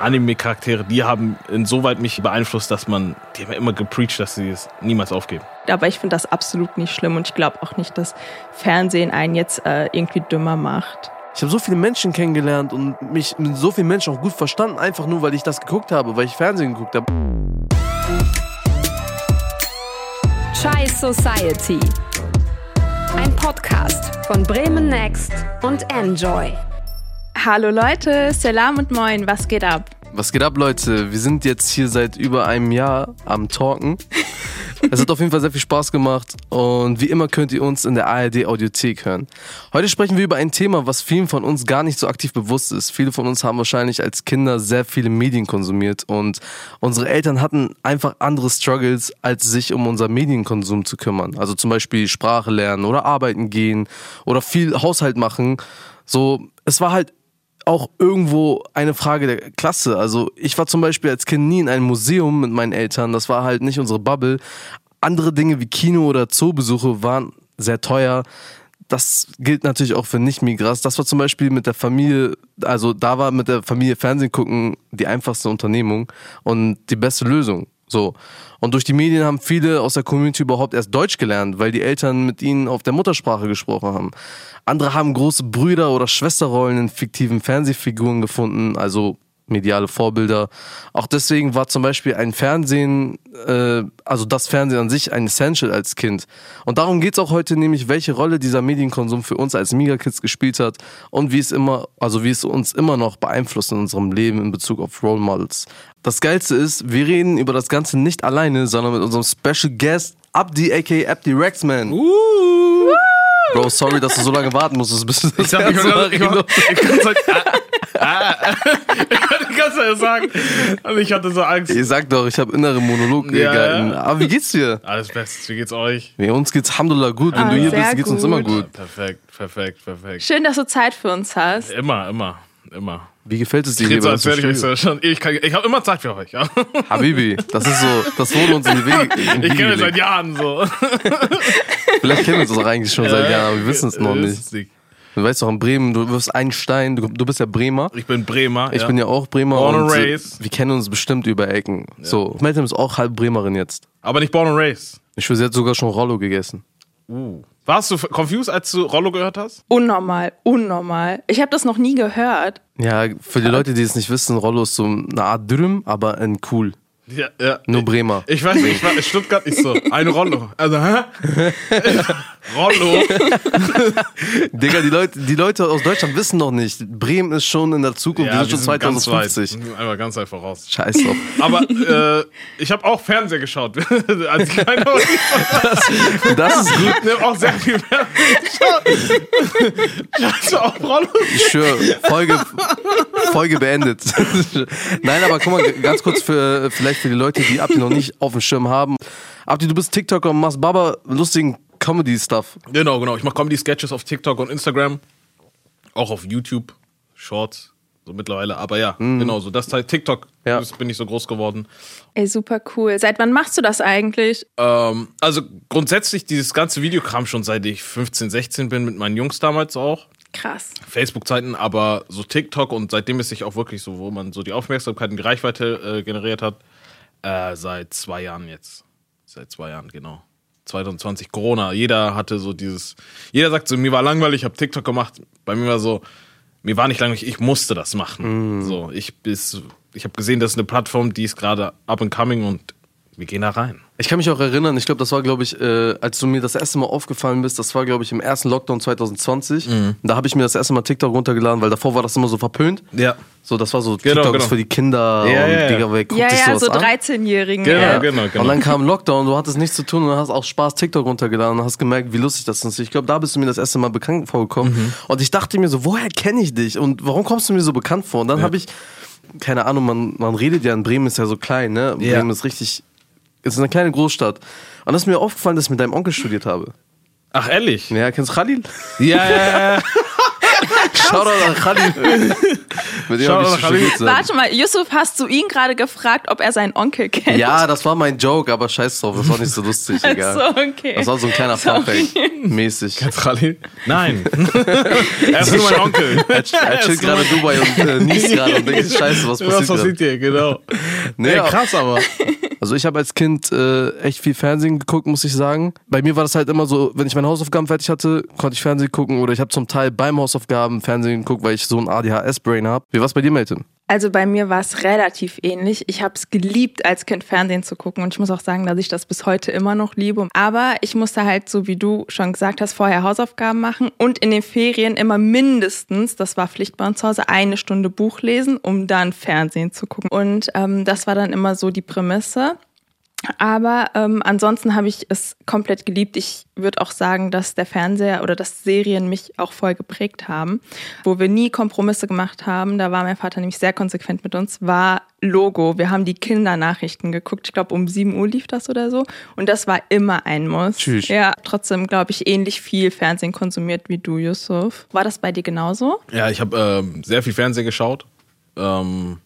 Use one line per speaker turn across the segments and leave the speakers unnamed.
Anime-Charaktere, die haben insoweit mich beeinflusst, dass man, die haben ja immer gepreacht, dass sie es niemals aufgeben.
Aber ich finde das absolut nicht schlimm und ich glaube auch nicht, dass Fernsehen einen jetzt äh, irgendwie dümmer macht.
Ich habe so viele Menschen kennengelernt und mich mit so vielen Menschen auch gut verstanden, einfach nur, weil ich das geguckt habe, weil ich Fernsehen geguckt habe.
Chai Society. Ein Podcast von Bremen Next und Enjoy.
Hallo Leute, Salam und Moin, was geht ab?
Was geht ab, Leute? Wir sind jetzt hier seit über einem Jahr am Talken. Es hat auf jeden Fall sehr viel Spaß gemacht und wie immer könnt ihr uns in der ARD Audiothek hören. Heute sprechen wir über ein Thema, was vielen von uns gar nicht so aktiv bewusst ist. Viele von uns haben wahrscheinlich als Kinder sehr viele Medien konsumiert und unsere Eltern hatten einfach andere Struggles, als sich um unser Medienkonsum zu kümmern. Also zum Beispiel Sprache lernen oder arbeiten gehen oder viel Haushalt machen. So, es war halt auch irgendwo eine Frage der Klasse. Also ich war zum Beispiel als Kind nie in einem Museum mit meinen Eltern. Das war halt nicht unsere Bubble. Andere Dinge wie Kino oder Zoobesuche waren sehr teuer. Das gilt natürlich auch für Nicht-Migras. Das war zum Beispiel mit der Familie, also da war mit der Familie Fernsehen gucken die einfachste Unternehmung und die beste Lösung. So. Und durch die Medien haben viele aus der Community überhaupt erst Deutsch gelernt, weil die Eltern mit ihnen auf der Muttersprache gesprochen haben. Andere haben große Brüder oder Schwesterrollen in fiktiven Fernsehfiguren gefunden, also mediale Vorbilder. Auch deswegen war zum Beispiel ein Fernsehen, äh, also das Fernsehen an sich, ein Essential als Kind. Und darum geht's auch heute, nämlich welche Rolle dieser Medienkonsum für uns als Megakids gespielt hat und wie es immer, also wie es uns immer noch beeinflusst in unserem Leben in Bezug auf Role Models. Das Geilste ist, wir reden über das Ganze nicht alleine, sondern mit unserem Special Guest Abdi aka Abdi Rexman.
Uh.
Uh. Bro, sorry, dass du so lange warten musstest, bis du das erste Mal reden
Ah, Kannst du ja sagen. Und ich hatte so Angst.
Ihr sagt doch, ich habe innere Monolog
Ja,
gehalten.
ja.
Aber wie geht's dir?
Alles Bestes, wie geht's euch?
Nee, uns geht's Alhamdulillah gut. Wenn
Ah,
du hier
sehr
bist, geht's uns immer
gut.
gut.
Perfekt, perfekt, perfekt.
Schön, dass du Zeit für uns hast.
Immer, immer, immer.
Wie gefällt es dir
Ich
hier
rede so,
bei
als
uns im
wäre ich euch
Studio?
so schon. Ich, kann- ich habe immer Zeit für euch. Ja.
Habibi, das ist so, das wurde uns in die Wege, in die
Ich kenne euch
Wege
seit
gelegt.
Jahren so.
Vielleicht kennen wir uns doch eigentlich schon seit Jahren, aber wir wissen es noch
Äh,
nicht. Du weißt doch, in Bremen, du wirst ein Stein, du, du bist ja Bremer.
Ich bin Bremer.
Ich bin ja auch Bremer
Born
und
and
äh,
raised.
wir kennen uns bestimmt über Ecken. So, Meltem ist auch halb Bremerin jetzt.
Aber nicht born and raised.
Ich will sie hat sogar schon Rollo gegessen.
Uh. Warst du f- confused, als du Rollo gehört hast?
Unnormal, unnormal. Ich habe das noch nie gehört.
Ja, für die Leute, die es nicht wissen, Rollo ist so eine Art Dürüm, aber in cool.
Ja, ja.
Nur Bremer.
Ich weiß nicht, ich war in Stuttgart nicht so. Ein Rollo. Also, hä? Rollo?
Digga, die Leute, die Leute aus Deutschland wissen noch nicht. Bremen ist schon in der Zukunft, wir sind schon
ganz weit.
2050.
Wir sind Einfach ganz weit voraus.
Scheiß drauf.
Aber äh, ich habe auch Fernseher geschaut. als kleiner war ich
Das ist gut.
hab auch sehr viel Fernseher geschaut. Ich hatte auch Rollo.
Ich schwöre, Folge, Folge beendet. Nein, aber guck mal, g- ganz kurz für, vielleicht für die Leute, die Abdi noch nicht auf dem Schirm haben. Abdi, du bist TikToker und machst Baba lustigen Comedy-Stuff.
Genau, genau. Ich mache Comedy-Sketches auf TikTok und Instagram. Auch auf YouTube. Shorts. So mittlerweile. Aber ja, genau so. Das Teil TikTok.
Mhm. Ja.
Das bin ich so groß geworden.
Ey, super cool. Seit wann machst du das eigentlich?
Ähm, also grundsätzlich, dieses ganze Video kam schon seit ich 15, 16 bin, mit meinen Jungs damals auch.
Krass.
Facebook-Zeiten, aber so TikTok und seitdem ist sich auch wirklich so, wo man so die Aufmerksamkeit und die Reichweite äh, generiert hat, äh, seit zwei Jahren jetzt. Seit zwei Jahren, genau. 2020, Corona. Jeder hatte so dieses, jeder sagt so, mir war langweilig, ich habe TikTok gemacht. Bei mir war so, mir war nicht langweilig, ich musste das machen. So, ich bis, ich habe gesehen, das ist eine Plattform, die ist gerade up and coming und wir gehen da rein.
Ich kann mich auch erinnern, ich glaube, das war, glaube ich, äh, als du mir das erste Mal aufgefallen bist, das war, glaube ich, im ersten Lockdown 2020.
Mhm.
Da habe ich mir das erste Mal TikTok runtergeladen, weil davor war das immer so verpönt.
Ja.
So, das war so, TikTok
genau.
ist für die Kinder
Ja,
und
ja, ja.
Digga, wer guckt
ja,
sich
ja,
sowas
so
an?
13-Jährigen.
Genau,
ey.
genau.
Und dann kam Lockdown, du hattest nichts zu tun und hast auch Spaß TikTok runtergeladen und hast gemerkt, wie lustig das ist. Ich glaube, da bist du mir das erste Mal bekannt vorgekommen. Und ich dachte mir so, woher kenne ich dich und warum kommst du mir so bekannt vor? Und dann habe ich, keine Ahnung, man, man redet ja, in Bremen ist ja so klein, ne?
Ja.
Bremen ist richtig, ist eine kleine Großstadt. Und das ist mir aufgefallen, dass ich mit deinem Onkel studiert habe.
Ach, ehrlich?
Ja, kennst du Khalil?
Ja, ja, ja.
Shoutout an Khalil.
Shoutout
Mit dem hab ich
an
schon
Khalil.
gut sein.
Warte mal, Yusuf, hast du ihn gerade gefragt, ob er seinen Onkel kennt?
Ja, das war mein Joke, aber scheiß drauf, das war nicht so lustig, egal.
so, okay.
Das war so ein kleiner
Sorry.
Funfact. Mäßig.
Khalil? Nein. er ist nur mein Onkel.
Er chillt gerade in Dubai und äh, niest gerade und denkt, scheiße, was
Was
passiert gerade?
passiert hier, genau.
Nee,
Ey,
aber-
krass aber.
Also ich habe als Kind äh, echt viel Fernsehen geguckt, muss ich sagen. Bei mir war das halt immer so, wenn ich meine Hausaufgaben fertig hatte, konnte ich Fernsehen gucken oder ich habe zum Teil beim Hausaufgaben Fernsehen geguckt, weil ich so ein ADHS-Brain habe. Wie war's bei dir, Melton?
Also bei mir war es relativ ähnlich. Ich habe es geliebt, als Kind Fernsehen zu gucken und ich muss auch sagen, dass ich das bis heute immer noch liebe. Aber ich musste halt, so wie du schon gesagt hast, vorher Hausaufgaben machen und in den Ferien immer mindestens, das war Pflicht bei uns zu Hause, eine Stunde Buch lesen, um dann Fernsehen zu gucken. Und ähm, das war dann immer so die Prämisse. Aber ähm, ansonsten habe ich es komplett geliebt. Ich würde auch sagen, dass der Fernseher oder dass Serien mich auch voll geprägt haben. Wo wir nie Kompromisse gemacht haben, da war mein Vater nämlich sehr konsequent mit uns, war Logo. Wir haben die Kindernachrichten geguckt. Ich glaube, um 7 Uhr lief das oder so. Und das war immer ein Muss.
Tschüss.
Ja, trotzdem glaube ich ähnlich viel Fernsehen konsumiert wie du, Yusuf. War das bei dir genauso?
Ja, ich habe ähm, sehr viel Fernsehen geschaut. Ähm,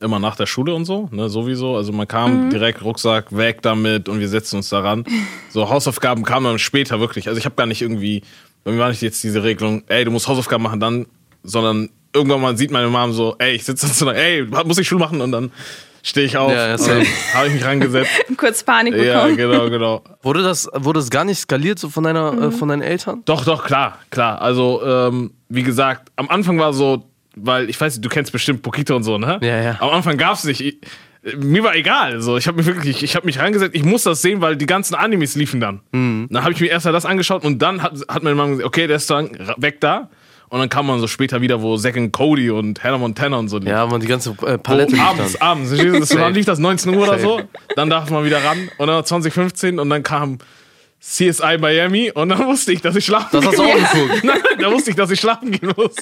immer nach der Schule und so, ne, sowieso. Also man kam direkt Rucksack weg damit und wir setzten uns daran. So Hausaufgaben kamen dann später wirklich. Also ich habe gar nicht irgendwie, bei mir war nicht jetzt diese Regelung, ey, du musst Hausaufgaben machen dann, sondern irgendwann mal sieht meine Mom so, ey, ich sitze dann so, ey, muss ich Schule machen und dann stehe ich auf,
Ja, ja,
ja,
safe.
habe ich mich rangesetzt.
Kurz Panik
ja,
bekommen.
genau, genau.
Wurde das, wurde das gar nicht skaliert so von deiner, äh, von deinen Eltern?
Doch, doch, klar, klar. Also, ähm, wie gesagt, am Anfang war so, weil ich weiß nicht, du kennst bestimmt Pokito und so, ne?
Ja, ja.
Am Anfang gab's nicht. Ich, äh, mir war egal. So, ich habe mich wirklich, ich habe mich reingesetzt, ich muss das sehen, weil die ganzen Animes liefen dann.
Mhm.
Dann habe ich mir erst mal das angeschaut und dann hat, hat meine Mama gesagt, okay, der ist dann ra- weg da. Und dann kam man so später wieder, wo Zack und Cody und Hannah Montana und so lief.
Ja, man, die ganze
Wo
äh, Palette lief
abends,
dann.
abends. Das dann lief das 19 Uhr oder so.
Safe.
Dann darf man wieder ran. Und dann 2015 und dann kam CSI Miami und dann wusste ich, dass ich schlafen
Das hast du auch geguckt.
Nein, da wusste ich, dass ich schlafen gehen muss.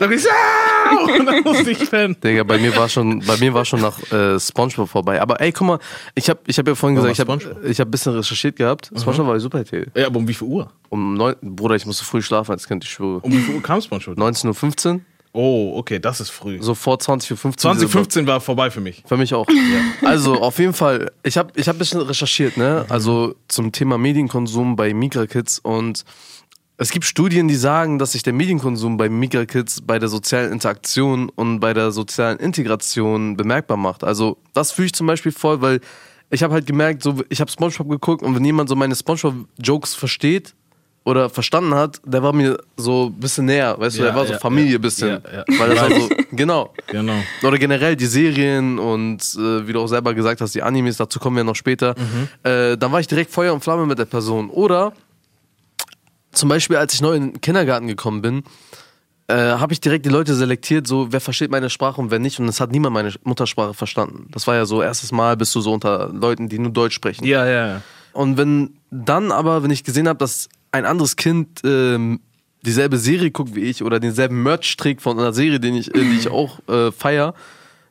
Da bin ich, "Au!" und dann musste ich pennen.
Digga, bei mir war schon, bei mir war schon nach äh, SpongeBob vorbei. Aber ey, guck mal, ich habe, ich habe ja vorhin
Warum
gesagt, ich habe,
SpongeBob?
ich habe ein bisschen recherchiert gehabt. SpongeBob war die Superheld.
Ja, aber um wie viel Uhr?
Um neun, Bruder, ich musste früh schlafen als Kind, ich schwöre.
Um wie viel Uhr kam SpongeBob?
19:15 Uhr,
Oh, okay, das ist früh.
so vor 20:15 Uhr.
2015 war vorbei für mich.
Für mich auch. Also auf jeden Fall, ich habe ich hab ein bisschen recherchiert, ne? Also zum Thema Medienkonsum bei Migrakids und es gibt Studien, die sagen, dass sich der Medienkonsum bei Migrakids bei der sozialen Interaktion und bei der sozialen Integration bemerkbar macht. Also das fühle ich zum Beispiel voll, weil ich habe halt gemerkt, so, ich habe Spongebob geguckt und wenn jemand so meine Spongebob-Jokes versteht oder verstanden hat, der war mir so ein bisschen näher, weißt du,
Ja,
der war so
ja,
Familie
ja,
ein bisschen,
ja, ja.
weil das war so, genau.
Genau.
Oder generell die Serien und äh, wie du auch selber gesagt hast, die Animes, dazu kommen wir noch später. Äh, dann war ich direkt Feuer und Flamme mit der Person. Oder zum Beispiel, als ich neu in den Kindergarten gekommen bin, äh, habe ich direkt die Leute selektiert, so wer versteht meine Sprache und wer nicht. Und es hat niemand meine Muttersprache verstanden. Das war ja so, erstes Mal bist du so unter Leuten, die nur Deutsch sprechen.
Ja, ja.
Und wenn dann aber, wenn ich gesehen habe, dass ein anderes Kind ähm, dieselbe Serie guckt wie ich oder denselben Merch trägt von einer Serie, den ich, äh, die ich auch äh, feier,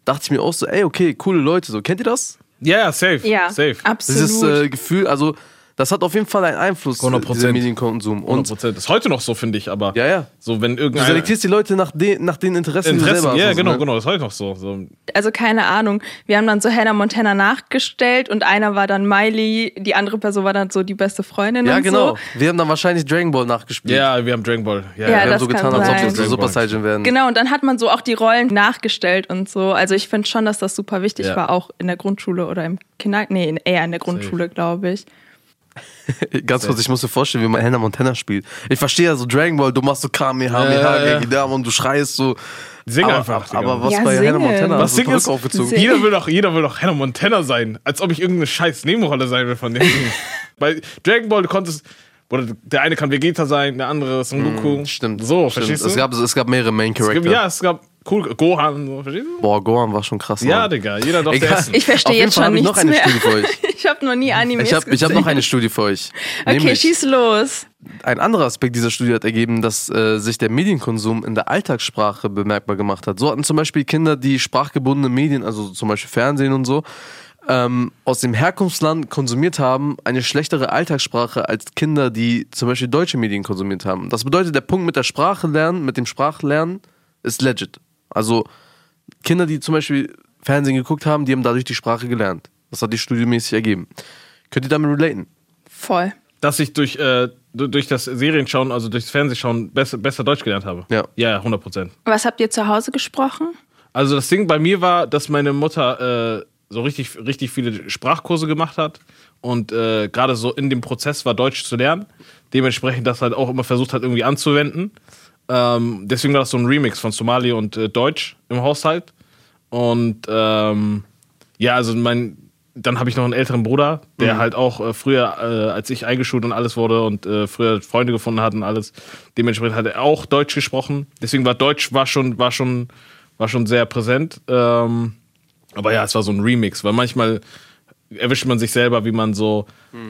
dachte ich mir auch so, ey, okay, coole Leute, so kennt ihr das?
Ja, ja, safe.
Ja,
safe.
absolut.
Dieses äh, Gefühl, also das hat auf jeden Fall einen Einfluss, äh,
100%.
dieser Medienkonsum. Und
100%. Ist heute noch so, finde ich, aber.
Ja, ja.
So, wenn
du
irgendein.
selektierst die Leute nach, de nach den Interessen, die du
Interessen,
selber
ja,
hast.
genau,
Also, ne?
genau, das ist heute noch so. so
also keine Ahnung. Wir haben dann so Hannah Montana nachgestellt und einer war dann Miley, die andere Person war dann so die beste Freundin
Ja,
und
genau.
so.
Wir haben dann wahrscheinlich Dragon Ball nachgespielt.
ja, wir haben Dragon Ball. Ja,
Ja,
ja.
Wir haben
das
so getan,
kann
als ob wir
sein.
so Super Saiyan werden.
Genau, und dann hat man so auch die Rollen nachgestellt und so. Also ich finde schon, dass das super wichtig
Ja.
war, auch in der Grundschule oder im Kinder... Nee, in- eher in der Grundschule, glaube ich.
Ganz kurz, ich muss mir vorstellen, wie man Hannah Montana spielt. Ich verstehe ja so Dragon Ball, du machst so Kamehameha
Ja, ja.
gegen die Dame und du schreist so.
Sing
aber,
einfach, Digga.
Aber was
Ja,
bei Hannah
singen.
Montana
Was
so
Ding ist,
aufgezogen.
Sing-
jeder will, doch, jeder will doch Hannah Montana sein. Als ob ich irgendeine scheiß Nebenrolle sein will von dem. Bei Dragon Ball, du konntest. Oder der eine kann Vegeta sein, der andere Son Goku.
Mm, Stimmt.
So,
stimmt.
verstehst
Es
du?
gab, es gab mehrere Main Character.
ja, es gab cool Gohan, so, verstehst du?
Boah, Gohan war schon krass.
Ja,
Mann.
Digga, jeder darf
Egal.
essen.
Ich verstehe
Auf jeden
jetzt
Fall
schon
hab ich noch
nichts
eine
mehr.
Studie für euch.
Ich habe noch nie Animes
Ich habe ich hab
gesehen.
noch eine Studie für euch.
Okay,
Nämlich,
schieß los.
ein anderer Aspekt dieser Studie hat ergeben, dass äh, sich der Medienkonsum in der Alltagssprache bemerkbar gemacht hat. So hatten zum Beispiel Kinder, die sprachgebundene Medien, also zum Beispiel Fernsehen und so, ähm, aus dem Herkunftsland konsumiert haben, eine schlechtere Alltagssprache als Kinder, die zum Beispiel deutsche Medien konsumiert haben. Das bedeutet, der Punkt mit der Sprache lernen, mit dem Sprachlernen ist legit. Also Kinder, die zum Beispiel Fernsehen geguckt haben, die haben dadurch die Sprache gelernt. Das hat die studiemäßig ergeben. Könnt ihr damit relaten?
Voll.
Dass ich durch, äh, du- durch das Serienschauen, also durchs Fernsehschauen, besser, besser Deutsch gelernt habe.
Ja.
Ja, 100 Prozent.
Was habt ihr zu Hause gesprochen?
Also das Ding bei mir war, dass meine Mutter äh, so richtig, richtig viele Sprachkurse gemacht hat und äh, gerade so in dem Prozess war, Deutsch zu lernen. Dementsprechend das halt auch immer versucht hat, irgendwie anzuwenden. Ähm, deswegen war das so ein Remix von Somali und äh, Deutsch im Haushalt. Und ähm, ja, also mein, dann habe ich noch einen älteren Bruder,
Mhm.
der halt auch äh, früher, äh, als ich eingeschult und alles wurde und äh, früher Freunde gefunden hat und alles, dementsprechend hat er auch Deutsch gesprochen. Deswegen war Deutsch war schon, war schon, war schon sehr präsent. Ähm, aber ja, es war so ein Remix, weil manchmal erwischt man sich selber, wie man so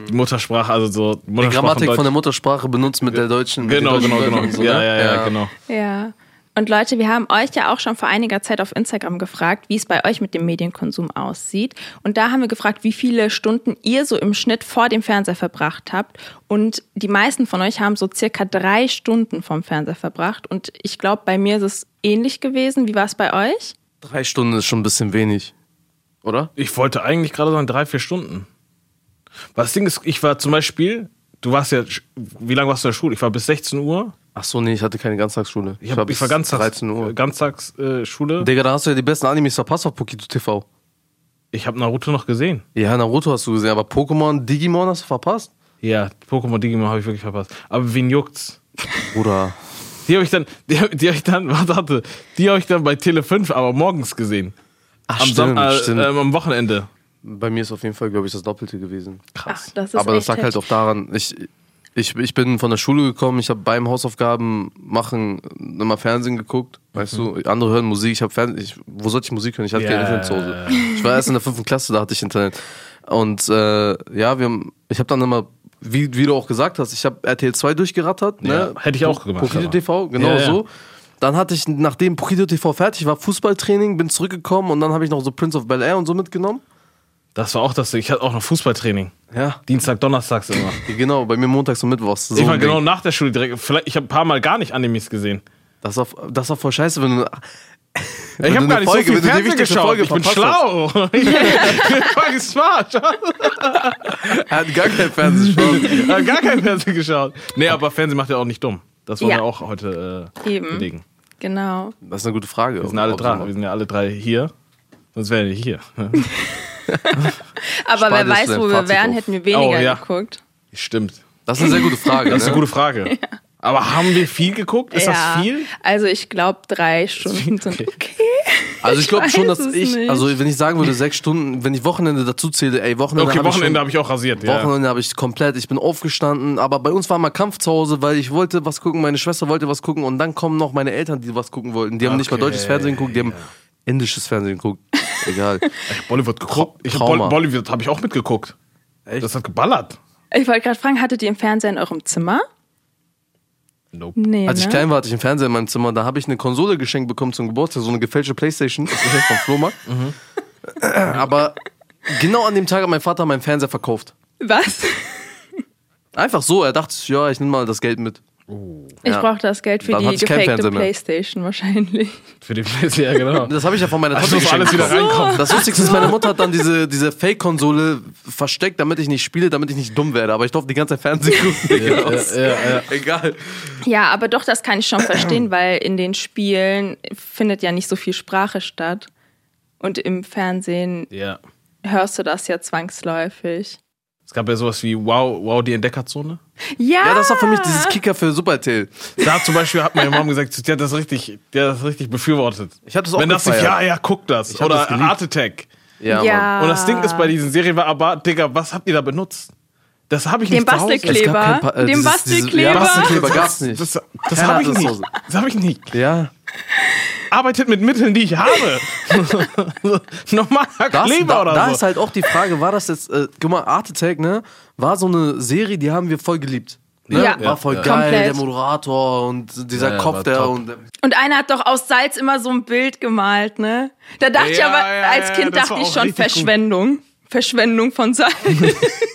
die Muttersprache, also so
Mhm. Die
Muttersprache
Grammatik
Deutsch-
von der Muttersprache benutzt mit der deutschen. mit den
Genau,
deutschen
genau,
Wörtern
genau.
und so,
ja,
ne?
ja, ja, genau.
Ja. Und Leute, wir haben euch ja auch schon vor einiger Zeit auf Instagram gefragt, wie es bei euch mit dem Medienkonsum aussieht. Und da haben wir gefragt, wie viele Stunden ihr so im Schnitt vor dem Fernseher verbracht habt. Und die meisten von euch haben so circa drei Stunden vom Fernseher verbracht. Und ich glaube, bei mir ist es ähnlich gewesen. Wie war es bei euch?
Drei Stunden ist schon ein bisschen wenig. Oder?
Ich wollte eigentlich gerade sagen, drei, vier Stunden. Was das Ding ist, ich war zum Beispiel, du warst ja, wie lange warst du in der Schule? Ich war bis 16 Uhr.
Ach so, nee, ich hatte keine Ganztagsschule.
Ich, hab, ich war ganztags,
13 Uhr.
ganztags äh, Schule.
Digga, da hast du ja die besten Animes verpasst auf Pokito TV.
Ich habe Naruto noch gesehen.
Ja, Naruto hast du gesehen, aber Pokémon, Digimon hast du verpasst?
Ja, Pokémon Digimon habe ich wirklich verpasst. Aber wen juckt's?
Bruder.
Die habe ich dann, die, hab- die habe ich dann, warte, warte, die habe ich dann bei Tele 5, aber morgens gesehen.
Ach,
Am, Sam äh, ähm, am Wochenende.
Bei mir ist auf jeden Fall, glaube ich, das Doppelte gewesen.
Krass. Ach, das ist
aber das
echt
lag halt
heftig.
auch daran, ich, ich, ich bin von der Schule gekommen, ich habe beim Hausaufgaben machen immer Fernsehen geguckt, weißt du, andere hören Musik, ich habe Fernsehen, ich, wo sollte ich Musik hören? Ich hatte
Mhm. Ja.
kein Internet zu Hause. Ich war erst in der fünften Klasse, da hatte ich Internet. Und äh, ja, wir haben, ich habe dann immer, wie, wie du auch gesagt hast, ich habe RTL 2 durchgerattert. Ne?
Ja, hätte ich auch gemacht,
Pokito
aber.
TV, genau
Ja, ja.
so. Dann hatte ich, nachdem Pokito TV fertig war, Fußballtraining, bin zurückgekommen und dann habe ich noch so Prince of Bel Air und so mitgenommen.
Das war auch das Ding. Ich hatte auch noch Fußballtraining.
Ja.
Dienstag, Donnerstags immer.
Genau, bei mir montags und mittwochs. So
ich war
ein
genau
Ding.
nach der Schule direkt. Vielleicht, ich habe ein paar Mal gar nicht Animes gesehen.
Das war, das war voll scheiße, wenn du. wenn
Ich
du
habe
eine
gar nicht
Folge-
so viel
wenn du die
Fernsehen
wichtigste
geschaut.
Folge
ich bin
verpasst
schlau. ich bin fucking smart.
Er hat gar kein Fernsehschauen.
Ich hab gar kein Fernsehen geschaut. Nee, aber Fernsehen macht ja auch nicht dumm. Das wollen
Ja.
wir auch heute äh,
Eben.
belegen.
Genau.
Das ist eine gute Frage. Also,
Wir sind, alle drei, wir sind ja alle drei hier. Sonst wären wir nicht hier.
Aber
Spannend
wer
ist
weiß,
dein
wo wir
Fazit
wären,
auf.
hätten wir weniger
Oh, ja.
geguckt.
Stimmt.
Das ist eine sehr gute Frage.
Das ist eine
ne?
gute Frage. Aber haben wir viel geguckt? Ist das viel?
Also ich glaube, drei Stunden sind okay.
Also ich glaube
Ich
schon, dass
weiß es
ich,
nicht.
also wenn ich sagen würde, sechs Stunden, wenn ich Wochenende dazu zähle, ey, Wochenende.
Okay,
hab ich
Wochenende
schon-
habe ich auch rasiert. Ja.
Wochenende habe ich komplett, ich bin aufgestanden, aber bei uns war mal Kampf zu Hause, weil ich wollte was gucken, meine Schwester wollte was gucken und dann kommen noch meine Eltern, die was gucken wollten. Die haben nicht mal
Okay,
deutsches Fernsehen geguckt, die haben indisches Fernsehen geguckt. Egal.
Bollywood geguckt. Ich hab
Trauma.
Bol- Bollywood habe ich auch mitgeguckt.
Echt?
Das hat geballert.
Ich wollte gerade fragen, hattet ihr einen Fernseher in eurem Zimmer?
Nope.
Nee,
Als ich
ne?
klein war, hatte ich einen Fernseher in meinem Zimmer. Da habe ich eine Konsole geschenkt bekommen zum Geburtstag, so eine gefälschte Playstation vom Flohmarkt. Aber genau an dem Tag hat mein Vater meinen Fernseher verkauft.
Was?
Einfach so. Er dachte, sich, ja, ich nehme mal das Geld mit.
Ich
Ja.
brauchte das Geld für
Dann
die
hatte ich keinen
gefakte
Fernseher mehr.
Playstation wahrscheinlich.
Für die Plätze, ja, genau.
Das habe ich ja von meiner
Ach,
Tante
das muss
geschenkt.
alles wieder
bekommen.
reinkommen.
Das Lustigste ist, meine Mutter hat dann diese, diese Fake-Konsole versteckt, damit ich nicht spiele, damit ich nicht dumm werde. Aber ich durfte die ganze Zeit Fernsehen gucken. Egal.
Ja, aber doch, das kann ich schon verstehen, weil in den Spielen findet ja nicht so viel Sprache statt. Und im Fernsehen
Ja.
hörst du das ja zwangsläufig.
Es gab ja sowas wie Wow, wow die Entdeckerzone.
Ja,
Ja, das war für mich dieses Kicker für Supertail.
Da zum Beispiel hat meine Mom gesagt, die hat das richtig, die hat das richtig befürwortet.
Ich hab das auch
Wenn das nicht,
gefeiert.
ja, ja, guck das.
hab
Oder
das geliebt.
Art Attack.
Ja, Mann.
ja.
Und das Ding ist bei diesen Serien war aber, Digga, was habt ihr da benutzt? Das habe ich
Den
nicht zu Hause.
Bastelkleber.
Es gab kein Pa- äh,
Dem
dieses- dieses-
Bastelkleber.
Ja, Bastelkleber
Das-
gab's nicht.
Das, das
Keiner
habe
hat
ich
das zu
nicht.
Hause.
Das habe ich nicht.
Ja.
Arbeitet mit Mitteln, die ich habe. Normaler
Das,
Kleber
da,
oder
da
so.
ist halt auch die Frage, war das jetzt, äh, guck mal, Art Attack, ne? War so eine Serie, die haben wir voll geliebt. Ne?
Ja.
War voll
Ja.
geil,
Komplett.
der Moderator und dieser
Ja, ja,
Kopf,
war
der
top.
und
Und einer hat doch aus Salz immer so ein Bild gemalt, ne? Da dachte ich
Ja,
aber,
ja,
als
ja,
Kind
das war
dachte ich
auch
schon
richtig gut.
Verschwendung. Verschwendung von Salz.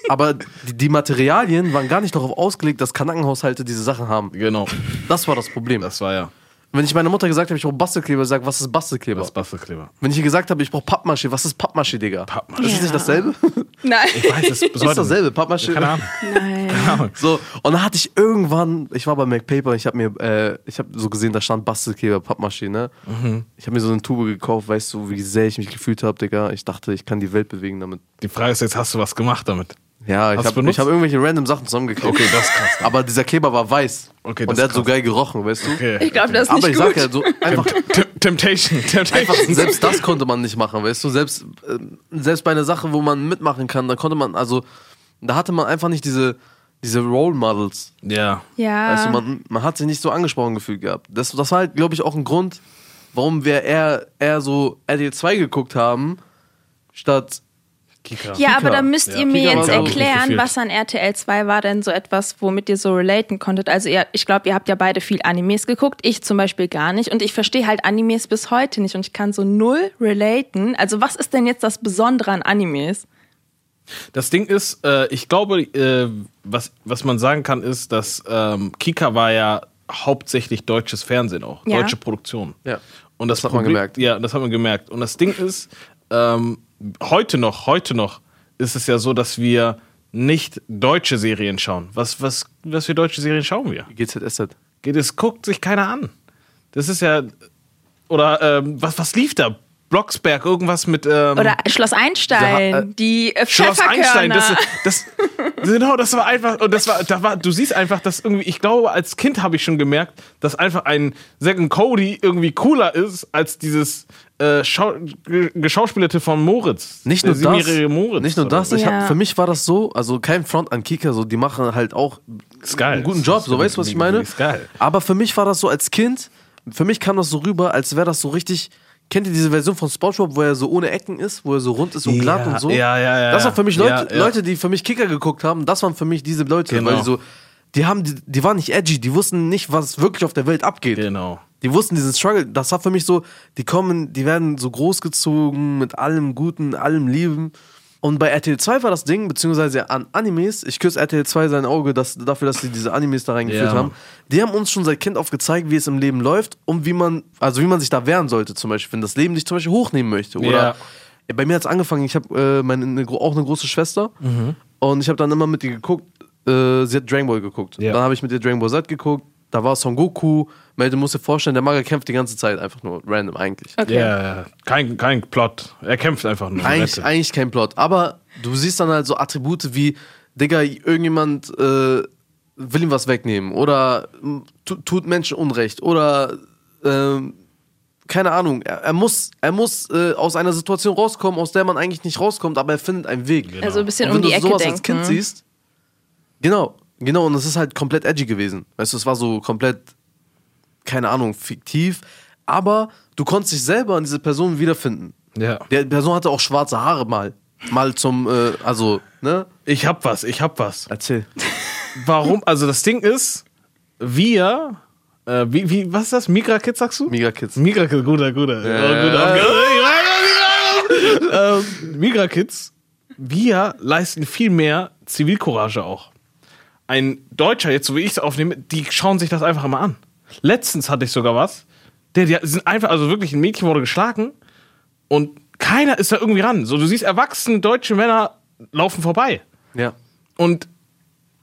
Aber die, die Materialien waren gar nicht darauf ausgelegt, dass Kanakenhaushalte diese Sachen haben.
Genau.
Das war das Problem.
Das war ja
Wenn ich meiner Mutter gesagt habe, ich brauche Bastelkleber, sagt, was ist Bastelkleber?
das Bastelkleber.
Wenn ich ihr gesagt habe, ich brauche Pappmaché, was ist Pappmaché, Digga?
Pappmaché.
Das ist nicht dasselbe?
Nein.
Ich weiß es bis
Das ist
heute.
dasselbe,
nicht.
Pappmaché.
Keine Ahnung.
Nein.
So, und dann hatte ich irgendwann, ich war bei MacPaper, ich habe mir, äh, ich habe so gesehen, da stand Bastelkleber, Pappmaschine. Ich habe mir so eine Tube gekauft, weißt du, wie sehr ich mich gefühlt habe, Digga. Ich dachte, ich kann die Welt bewegen damit.
Die Frage ist jetzt, hast du was gemacht damit?
Ja, ich
Hast du
habe
benutzt?
hab irgendwelche random Sachen zusammengekauft.
Okay, das ist krass.
Aber dieser Kleber war weiß.
Okay,
und
das
der
ist
hat so
krass.
geil gerochen, weißt du?
Okay.
Ich glaube, das ist
Aber
nicht
ich
gut.
sag ja so, einfach,
Tem- Temptation.
einfach,
Temptation.
selbst das konnte man nicht machen, weißt du? Selbst, ähm, selbst bei einer Sache, wo man mitmachen kann, da konnte man, also, da hatte man einfach nicht diese, diese Role Models.
Ja.
Ja.
Also man, man hat sich nicht so angesprochen gefühlt gehabt. Das, das war halt, glaube ich, auch ein Grund, warum wir eher, eher so RTL 2 geguckt haben, statt
Kika.
ja, aber
Kika.
da müsst
Ja,
ihr mir
Kika war
jetzt
so
erklären,
gefühlt.
was an RTL 2 war denn so etwas, womit ihr so relaten konntet. Also ihr, ich glaube, ihr habt ja beide viel Animes geguckt, ich zum Beispiel gar nicht. Und ich verstehe halt Animes bis heute nicht und ich kann so null relaten. Also was ist denn jetzt das Besondere an Animes?
Das Ding ist, äh, ich glaube, äh, was, was man sagen kann, ist, dass ähm, Kika war ja hauptsächlich deutsches Fernsehen auch,
Ja.
deutsche Produktion.
Ja.
Und das,
Das hat man
Problem-
gemerkt.
Ja, das hat man gemerkt. Und das Ding ist, ähm, heute noch, heute noch ist es ja so, dass wir nicht deutsche Serien schauen. Was, was, was für deutsche Serien schauen wir?
GZSZ.
Geht es, guckt sich keiner an. Das ist ja. Oder ähm, was, was lief da? Blocksberg, irgendwas mit. Ähm,
Oder Schloss Einstein,
Ja, äh,
die äh,
Schloss
Pfefferkörner.
Einstein, das, das, genau, das war einfach, und das war, da war, du siehst einfach, dass irgendwie, ich glaube, als Kind habe ich schon gemerkt, dass einfach ein Second Cody irgendwie cooler ist als dieses äh, Schau, ge- geschauspielerte von Moritz.
Nicht
Der
nur das,
siebenjährige Moritz.
nicht nur
oder
das
so.
ich
Ja.
hab, für mich war das so, also kein Front an Kika, so, die machen halt auch
Ist geil.
einen guten Job, so,
Ist
weißt du, was ich meine?
Ist geil.
Aber für mich war das so als Kind, für mich kam das so rüber, als wäre das so richtig, kennt ihr diese Version von Spongebob, wo er so ohne Ecken ist, wo er so rund ist und
Ja,
glatt und so?
ja, ja, ja,
Das
ja.
waren für mich Leute,
Ja, ja.
Leute, die für mich Kicker geguckt haben, das waren für mich diese Leute,
Genau.
weil die so, die haben, die, die waren nicht edgy, die wussten nicht, was wirklich auf der Welt abgeht.
Genau.
Die wussten diesen Struggle. Das war für mich so, die kommen, die werden so großgezogen mit allem Guten, allem Lieben. Und bei RTL 2 war das Ding, beziehungsweise an Animes, ich küsse RTL 2 sein Auge dass, dafür, dass sie diese Animes da reingeführt
Ja.
haben. Die haben uns schon seit Kind auf gezeigt, wie es im Leben läuft und wie man, also wie man sich da wehren sollte, zum Beispiel, wenn das Leben dich zum Beispiel hochnehmen möchte. Oder
Ja.
bei mir hat es angefangen, ich habe äh, meine, eine, gro- auch eine große Schwester und ich habe dann immer mit ihr geguckt, äh, sie hat Dragon Ball geguckt.
Ja.
Dann habe ich mit ihr Dragon Ball Z geguckt, da war Son Goku, Mel, du musst dir vorstellen, der Mager kämpft die ganze Zeit einfach nur random eigentlich.
Ja, ja, ja. kein, kein Plot. Er kämpft einfach nur.
Eigentlich,
Rettet.
eigentlich kein Plot, aber du siehst dann halt so Attribute wie, Digga, irgendjemand äh, will ihm was wegnehmen oder mm, tu, tut Menschen Unrecht oder ähm, keine Ahnung, er, er muss, er muss äh, aus einer Situation rauskommen, aus der man eigentlich nicht rauskommt, aber er findet einen Weg.
Genau.
also ein bisschen
Und
um die
wenn
Ecke
du sowas als Kind
denken.
siehst. Genau, genau, und es ist halt komplett edgy gewesen. Weißt du, es war so komplett, keine Ahnung, fiktiv, aber du konntest dich selber an diese Person wiederfinden.
Ja.
Der Person hatte auch schwarze Haare mal. Mal zum, äh, also, ne?
Ich hab was, ich hab was.
Erzähl.
Warum? Also das Ding ist, wir. Äh, wie, wie, was ist das? Migra Kids sagst du?
Mega Kids.
Migra Kids, guter, guter. Oh,
Ja.
guter. ähm, Migra Kids, wir leisten viel mehr Zivilcourage auch. Ein Deutscher, jetzt so wie ich es aufnehme, die schauen sich das einfach mal an. Letztens hatte ich sogar was. Der, die sind einfach, also wirklich, ein Mädchen wurde geschlagen und keiner ist da irgendwie ran. So, du siehst erwachsene deutsche Männer laufen vorbei.
Ja.
Und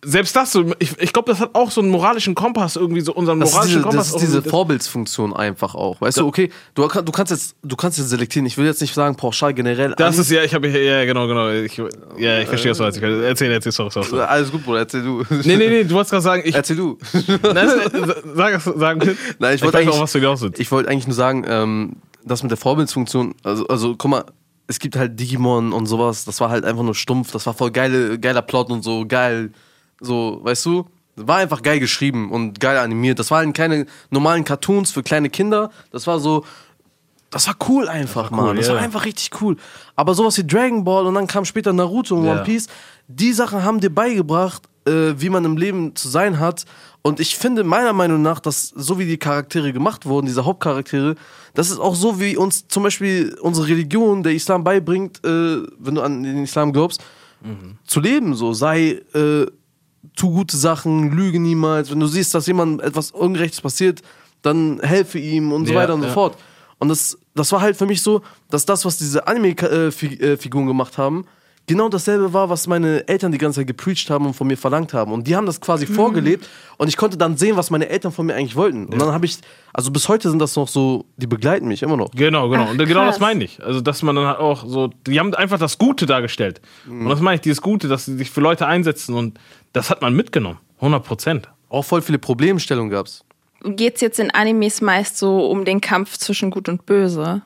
selbst das, so, ich, ich glaube, das hat auch so einen moralischen Kompass irgendwie, so unseren
Das ist
moralischen
diese,
Kompass.
das ist diese
irgendwie-
Vorbildsfunktion einfach auch. Weißt du, okay, du, kann- du kannst jetzt, du kannst jetzt selektieren. Ich will jetzt nicht sagen, pauschal generell.
das
an-
ist ja, ich habe ja, genau, genau. Ich, ja, ich verstehe, was du meinst. Ich- Erzähl, erzähl, sorry, sorry. sorry.
Alles gut, Bruder, erzähl du.
Nee, nee, nee, du wolltest gerade sagen, ich.
Erzähl du.
Nein, nein, sag, sag, sag.
Nein, ich wollte
weiß
eigentlich-
auch, was du genau hinaus willst.
Ich wollte eigentlich nur sagen, ähm, das mit der Vorbildfunktion, also, also guck mal, es gibt halt Digimon und sowas, das war halt einfach nur stumpf, das war voll geile, geiler Plot und so, geil, so, weißt du? War einfach geil geschrieben und geil animiert. Das waren keine normalen Cartoons für kleine Kinder. Das war so, das war cool einfach, Mann. das
ja.
war einfach richtig cool. Aber sowas wie Dragon Ball und dann kam später Naruto und
Ja.
One Piece, die Sachen haben dir beigebracht, äh, wie man im Leben zu sein hat. Und ich finde meiner Meinung nach, dass so wie die Charaktere gemacht wurden, diese Hauptcharaktere, das ist auch so, wie uns zum Beispiel unsere Religion, der Islam beibringt, äh, wenn du an den Islam glaubst, zu leben. So sei, äh, tu gute Sachen, lüge niemals. Wenn du siehst, dass jemandem etwas Ungerechtes passiert, dann helfe ihm und so
Ja,
weiter und so
ja.
fort. Und das, das war halt für mich so, dass das, was diese Anime-Figuren gemacht haben, genau dasselbe war, was meine Eltern die ganze Zeit gepreacht haben und von mir verlangt haben. Und die haben das quasi
Mhm.
vorgelebt und ich konnte dann sehen, was meine Eltern von mir eigentlich wollten. Und dann habe ich, also bis heute sind das noch so, die begleiten mich immer noch.
Genau, genau.
Ach,
und genau
krass.
das meine ich. Also, dass man dann halt auch so, die haben einfach das Gute dargestellt.
Mhm.
Und das meine ich, dieses Gute, dass sie sich für Leute einsetzen und das hat man mitgenommen. 100 Prozent.
Auch voll viele Problemstellungen gab's.
Geht's jetzt in Animes meist so um den Kampf zwischen Gut und Böse?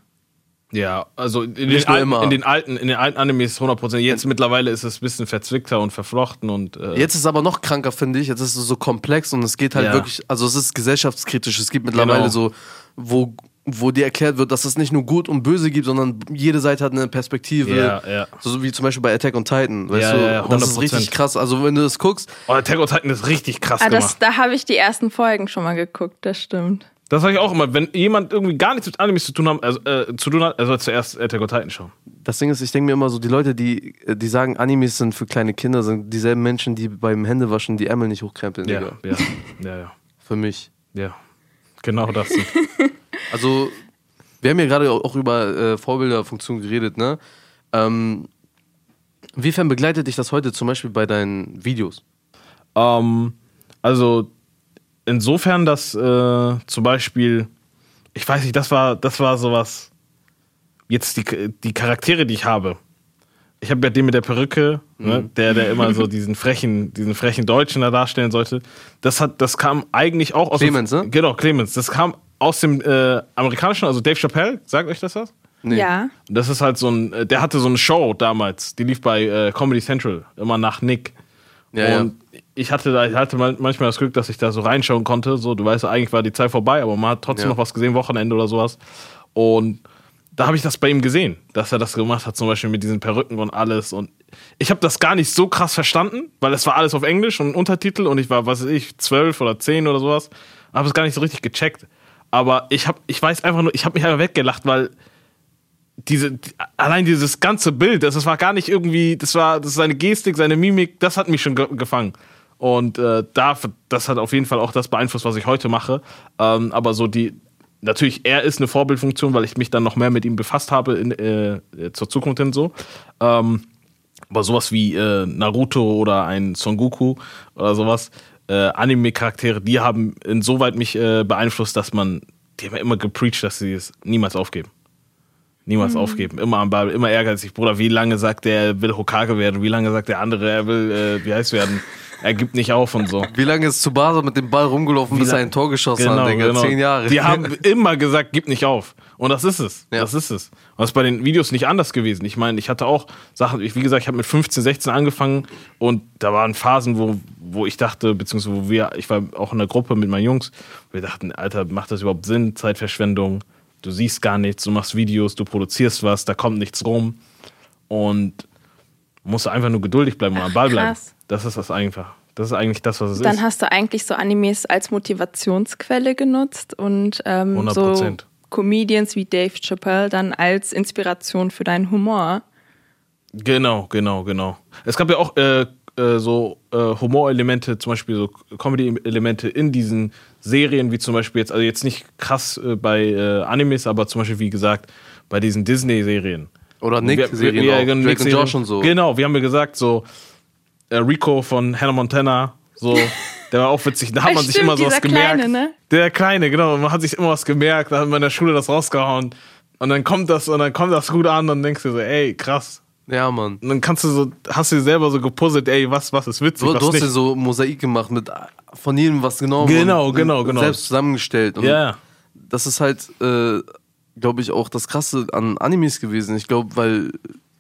Ja, also in den,
Nicht nur
alten,
immer.
in den alten, in den alten Animes 100 Prozent. Jetzt mittlerweile ist es ein bisschen verzwickter und verflochten und äh,
Jetzt ist es aber noch kranker, finde ich. Jetzt ist es so komplex und es geht halt
Ja.
wirklich, also es ist gesellschaftskritisch. Es gibt mittlerweile
Genau.
so, wo, wo dir erklärt wird, dass es nicht nur gut und böse gibt, sondern jede Seite hat eine Perspektive.
Ja, ja.
So wie zum Beispiel bei Attack on Titan. Weißt
Ja,
du,
ja, ja,
das ist
100%.
richtig krass. Also wenn du das guckst,
oh, Attack on Titan ist richtig krass
Ah,
gemacht.
das, da habe ich die ersten Folgen schon mal geguckt, das stimmt.
Das sage ich auch immer, wenn jemand irgendwie gar nichts mit Animes zu tun, haben, also, äh, zu tun hat, er soll zuerst Attack on Titan schauen.
das Ding ist, ich denke mir immer so, die Leute, die, die sagen, Animes sind für kleine Kinder, sind dieselben Menschen, die beim Händewaschen die Ärmel nicht hochkrempeln.
Ja,
Digga.
ja, ja, ja.
Für mich.
ja. Genau das.
Also, wir haben ja gerade auch über äh, Vorbilderfunktion geredet, ne? Ähm, inwiefern begleitet dich das heute zum Beispiel bei deinen Videos?
Ähm, also insofern, dass äh, zum Beispiel, ich weiß nicht, das war, das war sowas. Jetzt die, die Charaktere, die ich habe. Ich habe ja den mit der Perücke,
Mhm.
ne, der, der immer so diesen frechen, diesen frechen Deutschen da darstellen sollte. Das hat, das kam eigentlich auch aus
Clemens,
dem,
ne?
Genau, Clemens. Das kam aus dem äh, amerikanischen, also Dave Chappelle, sagt euch das was?
Nee.
Ja.
Das ist halt so ein, äh, der hatte so eine Show damals, die lief bei äh, Comedy Central, immer nach Nick.
Ja,
und ich hatte da, ich hatte mal- manchmal das Glück, dass ich da so reinschauen konnte. So, du weißt, eigentlich war die Zeit vorbei, aber man hat trotzdem
Ja.
noch was gesehen, Wochenende oder sowas. Und da habe ich das bei ihm gesehen, dass er das gemacht hat, zum Beispiel mit diesen Perücken und alles. Und ich habe das gar nicht so krass verstanden, weil es war alles auf Englisch und Untertitel und ich war, was weiß ich, zwölf oder zehn oder sowas. Habe es gar nicht so richtig gecheckt. Aber ich habe, ich weiß einfach nur, ich habe mich einfach weggelacht, weil diese, die- allein dieses ganze Bild, das, das war gar nicht irgendwie, das war das ist seine Gestik, seine Mimik, das hat mich schon ge gefangen. Und äh, da, das hat auf jeden Fall auch das beeinflusst, was ich heute mache. Ähm, aber so die, natürlich, er ist eine Vorbildfunktion, weil ich mich dann noch mehr mit ihm befasst habe in, äh, zur Zukunft hin so. Ähm, aber sowas wie äh, Naruto oder ein Son Goku oder sowas, äh, Anime-Charaktere, die haben insoweit mich äh, beeinflusst, dass man, die haben ja immer gepreacht, dass sie es niemals aufgeben. Niemals aufgeben. Immer am Ball, immer ehrgeizig. Bruder, wie lange sagt der, er will Hokage werden? Wie lange sagt der andere, er will, äh, wie heißt werden? Er gibt nicht auf und so.
Wie lange ist Tsubasa mit dem Ball rumgelaufen, bis er ein Tor geschossen hat, Digga? Zehn Jahre.
Genau, Die haben immer gesagt, gib nicht auf. Und das ist es.
Ja.
Das ist es. Und das ist bei den Videos nicht anders gewesen. Ich meine, ich hatte auch Sachen, ich, wie gesagt, ich habe mit 15, 16 angefangen und da waren Phasen, wo, wo ich dachte, beziehungsweise wo wir, ich war auch in der Gruppe mit meinen Jungs, wir dachten, Alter, macht das überhaupt Sinn? Zeitverschwendung, du siehst gar nichts, du machst Videos, du produzierst was, da kommt nichts rum. Und musst einfach nur geduldig bleiben und am Ball bleiben.
krass.
Das ist das einfach. Das ist eigentlich das, was es
Dann
ist.
hast du eigentlich so Animes als Motivationsquelle genutzt und ähm, so
100%.
Comedians wie Dave Chappelle dann als Inspiration für deinen Humor.
Genau, genau, genau. Es gab ja auch äh, äh, so äh, Humorelemente, zum Beispiel so Comedy-Elemente in diesen Serien, wie zum Beispiel jetzt, also jetzt nicht krass äh, bei äh, Animes, aber zum Beispiel, wie gesagt, bei diesen Disney-Serien.
Oder Nick-Serien
Wir- wir-
auch.
ja, genau,
Drake und
Nick-Serien.
Josh und so.
Genau, wir haben ja gesagt, so äh, Rico von Hannah Montana, so, der war auch witzig. Da hat man sich
Stimmt,
immer sowas
dieser
gemerkt.
Kleine, ne?
Der Kleine, genau. Man hat sich immer was gemerkt. Da hat man in der Schule das rausgehauen. Und dann kommt das, und dann kommt das gut an und denkst du so, ey, krass.
Ja, Mann.
Und dann kannst du so, hast du dir selber so gepuzzelt, ey, was, was ist witzig,
Du,
was
du hast
nicht.
dir so Mosaik gemacht mit äh, von jedem was genommen.
Genau,
und
genau, genau.
Selbst zusammengestellt. Und
ja,
das ist halt, äh, glaube ich, auch das Krasse an Animes gewesen. Ich glaube, weil,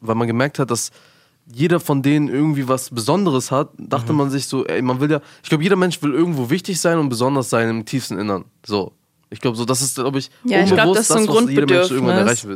weil man gemerkt hat, dass jeder von denen irgendwie was Besonderes hat, dachte
Mhm.
man sich so, ey, man will ja, ich glaube, jeder Mensch will irgendwo wichtig sein und besonders sein im tiefsten Innern. So. Ich glaube, so, das ist, glaube ich,
Ja, ich glaub,
unbewusst
das ist so ein
was jeder Mensch irgendwann
Grundbedürfnis.
erreichen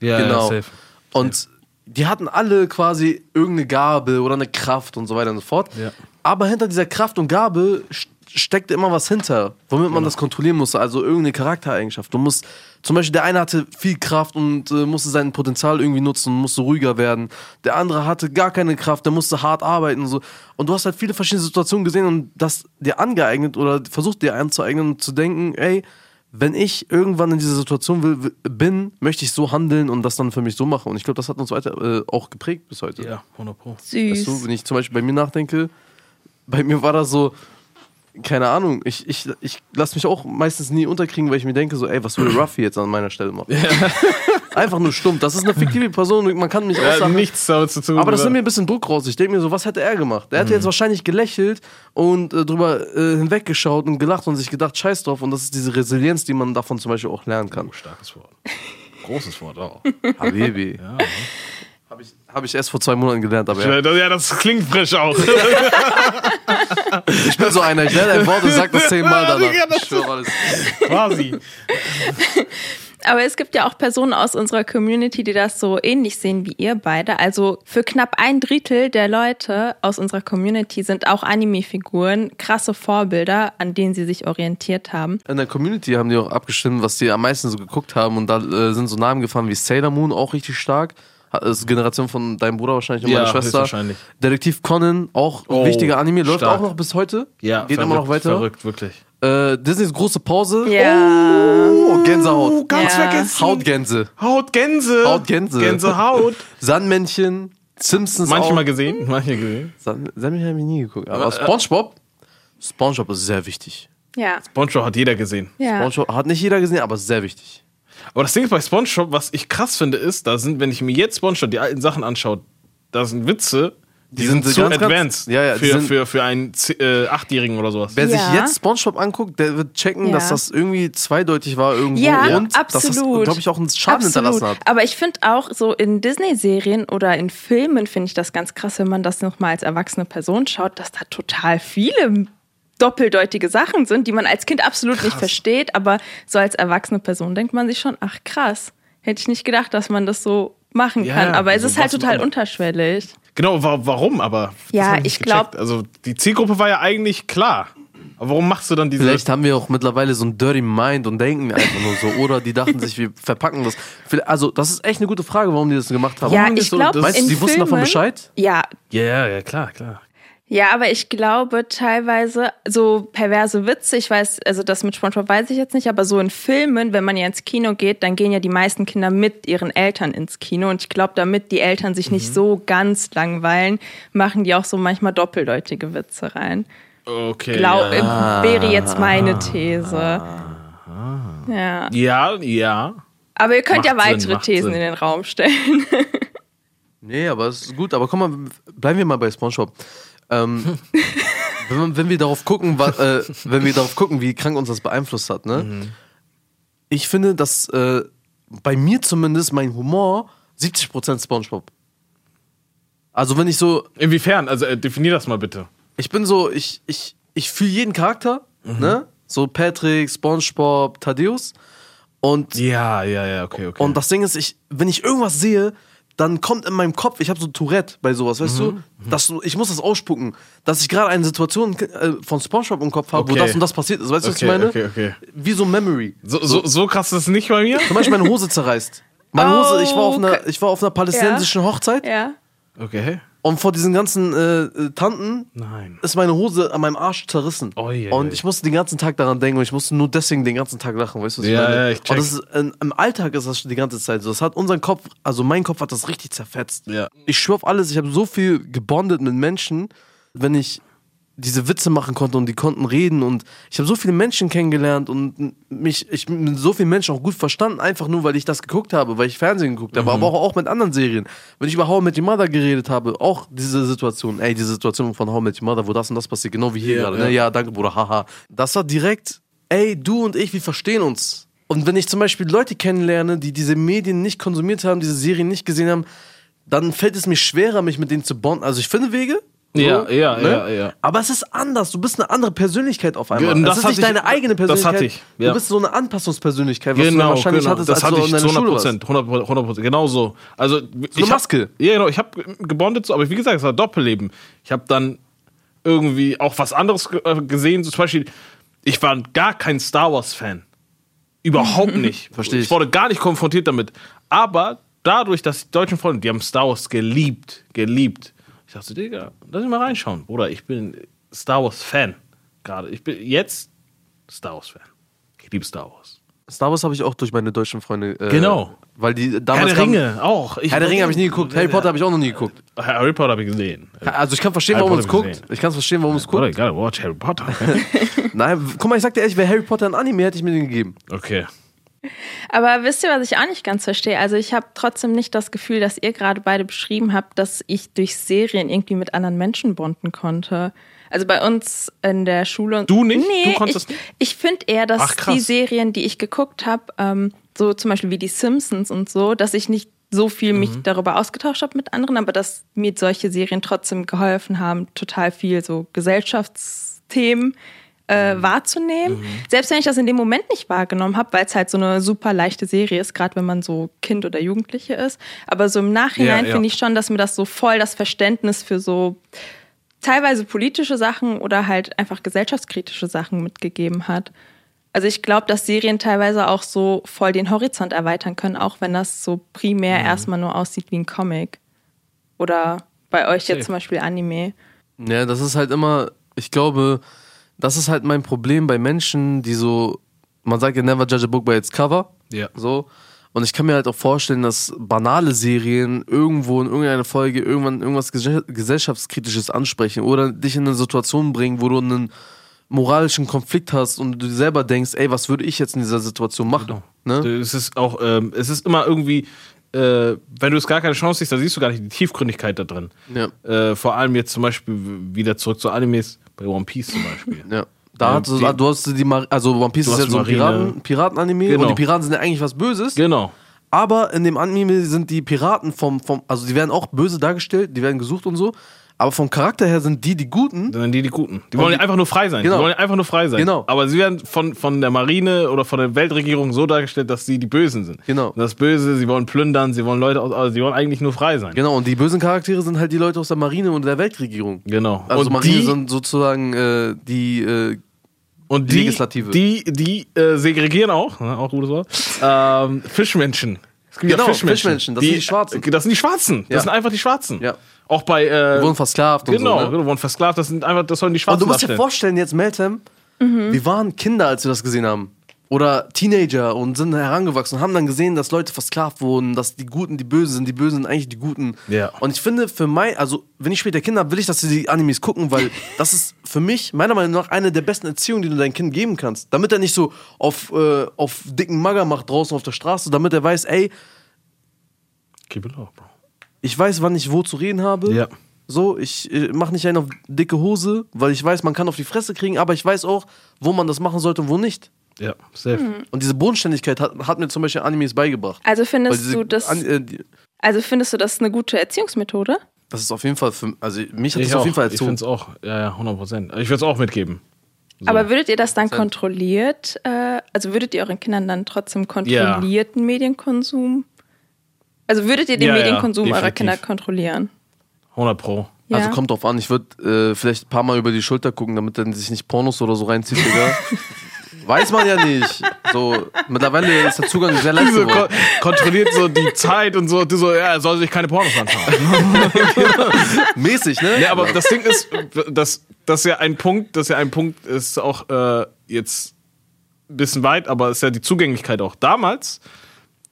will.
ja,
genau.
ja, safe.
Und die hatten alle quasi irgendeine Gabe oder eine Kraft und so weiter und so fort.
Ja.
Aber hinter dieser Kraft und Gabe st- steckte immer was hinter, womit man das kontrollieren musste. Also irgendeine Charaktereigenschaft. Du musst, zum Beispiel der eine hatte viel Kraft und äh, musste sein Potenzial irgendwie nutzen und musste ruhiger werden. Der andere hatte gar keine Kraft, der musste hart arbeiten und so. Und du hast halt viele verschiedene Situationen gesehen und das dir angeeignet oder versucht dir anzueignen und zu denken, ey, wenn ich irgendwann in dieser Situation will, w- bin, möchte ich so handeln und das dann für mich so machen. Und ich glaube, das hat uns weiter äh, auch geprägt bis heute.
Ja, 100 Pro.
Süß.
Weißt du, wenn ich zum Beispiel bei mir nachdenke, bei mir war das so, keine Ahnung, ich, ich, ich lasse mich auch meistens nie unterkriegen, weil ich mir denke, so, ey, was würde Ruffy jetzt an meiner Stelle machen? Einfach nur stumpf. Das ist eine fiktive Person, und man kann mich
Ja,
aussagen.
nichts damit zu tun.
Aber das
oder?
nimmt mir ein bisschen Druck raus. Ich denke mir so, was hätte er gemacht? Er hätte jetzt wahrscheinlich gelächelt und äh, drüber äh, hinweggeschaut und gelacht und sich gedacht, scheiß drauf. Und das ist diese Resilienz, die man davon zum Beispiel auch lernen kann.
Starkes Wort. Großes Wort auch.
Habibi.
Ja,
Habe ich, hab ich erst vor zwei Monaten gelernt, aber ja.
ja, das- ja, das klingt frisch auch.
ich bin so einer. ne, Ich lerne ein Wort und sag das zehnmal
Digga,
danach.
das-
Ich schwöre alles.
Quasi.
Aber es gibt ja auch Personen aus unserer Community, die das so ähnlich sehen wie ihr beide. Also für knapp ein Drittel der Leute aus unserer Community sind auch Anime-Figuren krasse Vorbilder, an denen sie sich orientiert haben.
In der Community haben die auch abgestimmt, was die am meisten so geguckt haben. Und da äh, sind so Namen gefahren wie Sailor Moon, auch richtig stark. Ha- Das ist Generation von deinem Bruder wahrscheinlich und
Ja,
meiner Schwester.
höchstwahrscheinlich.
Detektiv Conan, auch
Oh,
wichtiger Anime, läuft
stark.
auch noch bis heute.
Ja,
Geht immer
verrückt,
noch weiter.
Verrückt, wirklich.
Äh, Disneys große Pause.
Ja.
Oh, Gänsehaut.
ganz
Ja.
vergessen.
Hautgänse.
Hautgänse.
Hautgänse.
Gänsehaut.
Sandmännchen, Simpsons.
Manchmal Äh,
auch.
gesehen, manchmal gesehen.
Sand Sandmännchen habe ich nie geguckt. Aber Spongebob. Spongebob ist sehr wichtig.
Ja.
SpongeBob hat jeder gesehen.
Ja.
Spongebob hat nicht jeder gesehen, aber ist sehr wichtig.
Aber das Ding ist bei SpongeBob, was ich krass finde, ist, da sind, wenn ich mir jetzt SpongeBob die alten Sachen anschaue, da sind Witze, die, sind,
sind
zu
ganz, ganz-
advanced
Ja, ja, die
für,
sind-
für, für einen Z- äh, Achtjährigen oder sowas.
Wer
Ja.
sich jetzt Spongebob anguckt, der wird checken,
Ja.
dass das irgendwie zweideutig war irgendwo
Ja,
und dass das,
absolut.
glaube ich, auch einen Schaden hinterlassen hat.
Aber ich finde auch so in Disney-Serien oder in Filmen finde ich das ganz krass, wenn man das nochmal als erwachsene Person schaut, dass da total viele doppeldeutige Sachen sind, die man als Kind absolut nicht versteht, aber so als erwachsene Person denkt man sich schon, ach krass, hätte ich nicht gedacht, dass man das so machen
Ja,
kann. Aber es
also
ist halt
was-
total unterschwellig.
Genau, wa warum aber? Das
Ja,
hab nicht
ich glaub-
gecheckt. Also die Zielgruppe war ja eigentlich klar. Aber warum machst du dann diese.
Vielleicht haben wir auch mittlerweile so ein Dirty Mind und denken wir einfach nur so. Oder die dachten sich, wir verpacken das. Vielleicht- Also, das ist echt eine gute Frage, warum die das gemacht haben.
Ja,
Warum
ich
ist so-
glaub,
Meinst du,
in
die wussten davon
Filmen-
Bescheid?
Ja,
Ja, ja, ja, klar, klar.
Ja, aber ich glaube teilweise so perverse Witze, ich weiß, also das mit SpongeBob weiß ich jetzt nicht, aber so in Filmen, wenn man ja ins Kino geht, dann gehen ja die meisten Kinder mit ihren Eltern ins Kino und ich glaube, damit die Eltern sich
Mhm.
nicht so ganz langweilen, machen die auch so manchmal doppeldeutige Witze rein.
Okay.
Glaub, wäre jetzt meine These. Ja.
ja, ja, ja.
Aber ihr könnt
Macht
ja
Sinn,
weitere
macht
Thesen
Sinn.
in den Raum stellen.
Nee, aber es ist gut. Aber komm mal, bleiben wir mal bei Spongebob. Ähm, wenn, man- wenn wir darauf gucken, wa, äh, wenn wir darauf gucken, wie krank uns das beeinflusst hat, ne? Ich finde, dass äh, bei mir zumindest mein Humor 70% Spongebob. Also wenn ich so,
Inwiefern? Also äh, definier das mal bitte.
ich bin so, ich, ich, ich fühle jeden Charakter, ne? So Patrick, Spongebob, Thaddeus. Und
Ja, ja, ja, okay, okay.
Und das Ding ist, ich, wenn ich irgendwas sehe, dann kommt in meinem Kopf, ich habe so Tourette bei sowas,
Mhm.
weißt du? Dass du? Ich muss das ausspucken, dass ich gerade eine Situation äh, von SpongeBob im Kopf habe, wo
Okay.
das und das passiert ist. Weißt du, was ich
Okay,
meine?
okay, okay.
Wie so Memory.
so, so, so krass ist es nicht bei mir?
Zum Beispiel meine Hose zerreißt. Meine
Oh,
Hose, ich war auf einer,
okay.
ich war auf einer palästinensischen Hochzeit
Ja.
Okay.
und vor diesen ganzen äh, äh, Tanten
Nein.
ist meine Hose an meinem Arsch zerrissen.
Oh je.
Und ich musste den ganzen Tag daran denken und ich musste nur deswegen den ganzen Tag lachen, weißt du, was ich
Ja,
meine?
ja, ich check.
Und das ist, in, im Alltag ist das schon die ganze Zeit so. Das hat unseren Kopf, also mein Kopf hat das richtig zerfetzt.
Ja.
Ich schwör auf alles, ich habe so viel gebondet mit Menschen, wenn ich diese Witze machen konnte und die konnten reden und ich habe so viele Menschen kennengelernt und mich ich bin mit so vielen Menschen auch gut verstanden einfach nur weil ich das geguckt habe weil ich Fernsehen geguckt habe
Mhm.
aber auch, auch mit anderen Serien wenn ich über How I Met Your Mother geredet habe auch diese Situation ey diese Situation von How I Met Your Mother wo das und das passiert genau wie hier
Ja,
gerade
ja.
ne ja danke Bruder haha das war direkt ey du und ich wir verstehen uns und wenn ich zum Beispiel Leute kennenlerne die diese Medien nicht konsumiert haben diese Serien nicht gesehen haben dann fällt es mir schwerer, mich mit denen zu bonden. Also ich finde Wege, So,
Ja, ja, ja, ja.
Aber es ist anders. Du bist eine andere Persönlichkeit auf einmal.
Genau,
das,
das
ist nicht
hatte ich-
deine eigene
das
Persönlichkeit.
hatte ich, ja. Genau,
Du bist so eine Anpassungspersönlichkeit, was du wahrscheinlich hattest,
das
als
hatte
du
ich
in
zu
der
100
Schule warst.
Prozent, 100 Prozent, genau so. Also, ich hab-
Maske.
Ja, genau, ich habe gebondet, so, aber wie gesagt, es war Doppelleben. Ich habe dann irgendwie auch was anderes ge äh, gesehen, so zum Beispiel, ich war gar kein Star Wars-Fan. Überhaupt nicht.
Versteh ich.
Ich wurde gar nicht konfrontiert damit. Aber dadurch, dass die deutschen Freunde, die haben Star Wars geliebt, geliebt. Ich dachte, Digga, lass mich mal reinschauen. Bruder, ich bin Star Wars-Fan gerade. Ich bin jetzt Star Wars-Fan. Ich liebe Star Wars.
Star Wars habe ich auch durch meine deutschen Freunde. Äh,
Genau.
Weil die
Herr
damals.
der
kamen-
Ringe auch. Ich
Herr der Ringe habe ich nie geguckt. Harry Potter habe ich auch noch nie geguckt.
Harry Potter habe ich gesehen.
Also ich kann verstehen,
Harry
warum man es
Potter hab ich
guckt. Ich kann es verstehen, warum man es
Oder
guckt.
gotta watch Harry Potter.
Nein, w- guck mal, ich sag dir ehrlich, wäre Harry Potter ein Anime, hätte ich mir den gegeben.
Okay.
Aber wisst ihr, was ich auch nicht ganz verstehe? Also ich habe trotzdem nicht das Gefühl, dass ihr gerade beide beschrieben habt, dass ich durch Serien irgendwie mit anderen Menschen bonden konnte. Also bei uns in der Schule.
Du nicht?
Nee,
Du konntest-
ich, ich finde eher, dass
Ach, krass.
die Serien, die ich geguckt habe, ähm, so zum Beispiel wie die Simpsons und so, dass ich nicht so viel
Mhm.
mich darüber ausgetauscht habe mit anderen, aber dass mir solche Serien trotzdem geholfen haben, total viel so Gesellschaftsthemen äh,
Mhm.
wahrzunehmen. Selbst wenn ich das in dem Moment nicht wahrgenommen habe, weil es halt so eine super leichte Serie ist, gerade wenn man so Kind oder Jugendliche ist. Aber so im Nachhinein
Ja, ja.
finde ich schon, dass mir das so voll das Verständnis für so teilweise politische Sachen oder halt einfach gesellschaftskritische Sachen mitgegeben hat. Also ich glaube, dass Serien teilweise auch so voll den Horizont erweitern können, auch wenn das so
Mhm.
primär erstmal nur aussieht wie ein Comic. Oder bei euch
Safe.
jetzt zum Beispiel Anime.
Ja, das ist halt immer, ich glaube, das ist halt mein Problem bei Menschen, die so, man sagt ja never judge a book by its cover.
Ja.
So. Und ich kann mir halt auch vorstellen, dass banale Serien irgendwo in irgendeiner Folge irgendwann irgendwas Gesell- gesellschaftskritisches ansprechen oder dich in eine Situation bringen, wo du einen moralischen Konflikt hast und du selber denkst, ey, was würde ich jetzt in dieser Situation
Genau.
machen? Ne?
Es ist auch, ähm, es ist immer irgendwie, äh, wenn du es gar keine Chance siehst, dann siehst du gar nicht die Tiefgründigkeit da drin.
Ja.
Äh, vor allem jetzt zum Beispiel w- wieder zurück zu Animes, bei One Piece zum Beispiel.
Ja. Da
Ja, Ähm,
hattest du,
die-
du hast die, Mar also One Piece
Du
ist ja
hast
so ein
Marine.
Piraten- Piraten-Anime
Genau.
und die Piraten sind ja eigentlich was Böses.
Genau.
Aber in dem Anime sind die Piraten vom, vom, also die werden auch böse dargestellt, die werden gesucht und so. Aber vom Charakter her sind die die Guten.
Dann sind die die Guten. Die wollen
die-
ja einfach nur frei sein.
Genau.
Die wollen ja einfach nur frei sein.
Genau.
Aber sie werden von, von der Marine oder von der Weltregierung so dargestellt, dass sie die Bösen sind.
Genau.
Das Böse, sie wollen plündern, sie wollen Leute aus, also sie wollen eigentlich nur frei sein.
Genau, und die bösen Charaktere sind halt die Leute aus der Marine und der Weltregierung.
Genau.
Also
und
Marine
die,
sind sozusagen äh, die, äh,
und
die
die,
Legislative.
Die, die äh, segregieren auch, ne, auch gutes Wort, ähm, Fischmenschen. Es gibt
Genau, Fischmenschen, das sind die Schwarzen.
Das sind die Schwarzen. Das
Ja.
sind einfach die Schwarzen.
Ja.
Auch bei. Äh,
wurden versklavt und
genau,
so. Ne?
genau, wurden versklavt. Das sind einfach, das sollen die
Und
Schwarzen
du musst dir
darstellen.
vorstellen, jetzt Meltem, wir waren Kinder, als wir das gesehen haben. Oder Teenager und sind herangewachsen und haben dann gesehen, dass Leute versklavt wurden, dass die Guten die Bösen sind, die Bösen sind eigentlich die Guten.
Ja.
Und ich finde, für mein, also wenn ich später Kinder habe, will ich, dass sie die Animes gucken, weil das ist für mich meiner Meinung nach eine der besten Erziehungen, die du deinem Kind geben kannst. Damit er nicht so auf, äh, auf dicken Magger macht draußen auf der Straße, damit er weiß, ey,
Keep it up, bro.
ich weiß, wann ich wo zu reden habe.
Ja.
So, ich äh, mache nicht einen auf dicke Hose, weil ich weiß, man kann auf die Fresse kriegen, aber ich weiß auch, wo man das machen sollte und wo nicht.
Ja, safe.
Und diese Bodenständigkeit hat, hat mir zum Beispiel Animes beigebracht.
Also
Weil
findest
diese
du das,
An- äh, die-
also findest du das eine gute Erziehungsmethode?
das ist auf jeden Fall, für, also mich hat
Ich,
das auf
auch.
jeden Fall
ich
erzogen.
finde es auch. Ja, ja, 100 Prozent. Ich würde es auch mitgeben.
Aber würdet ihr das dann kontrolliert, äh, also würdet ihr euren Kindern dann trotzdem kontrollierten Medienkonsum? Also würdet ihr den
Ja, ja,
Medienkonsum eurer
definitiv.
Kinder kontrollieren?
100 Pro.
Ja.
Also kommt drauf an, ich würde äh, vielleicht ein paar Mal über die Schulter gucken, damit er sich nicht Pornos oder so reinzieht, Digga. Weiß man ja nicht. So, mittlerweile ist der Zugang sehr leicht
So,
geworden.
kon kontrolliert so die Zeit und so, du so, ja, er soll sich keine Pornos anschauen.
Mäßig, ne?
Ja, aber das Ding ist, dass das ist ja ein Punkt, das ist ja ein Punkt ist auch äh, jetzt ein bisschen weit, aber ist ja die Zugänglichkeit auch damals.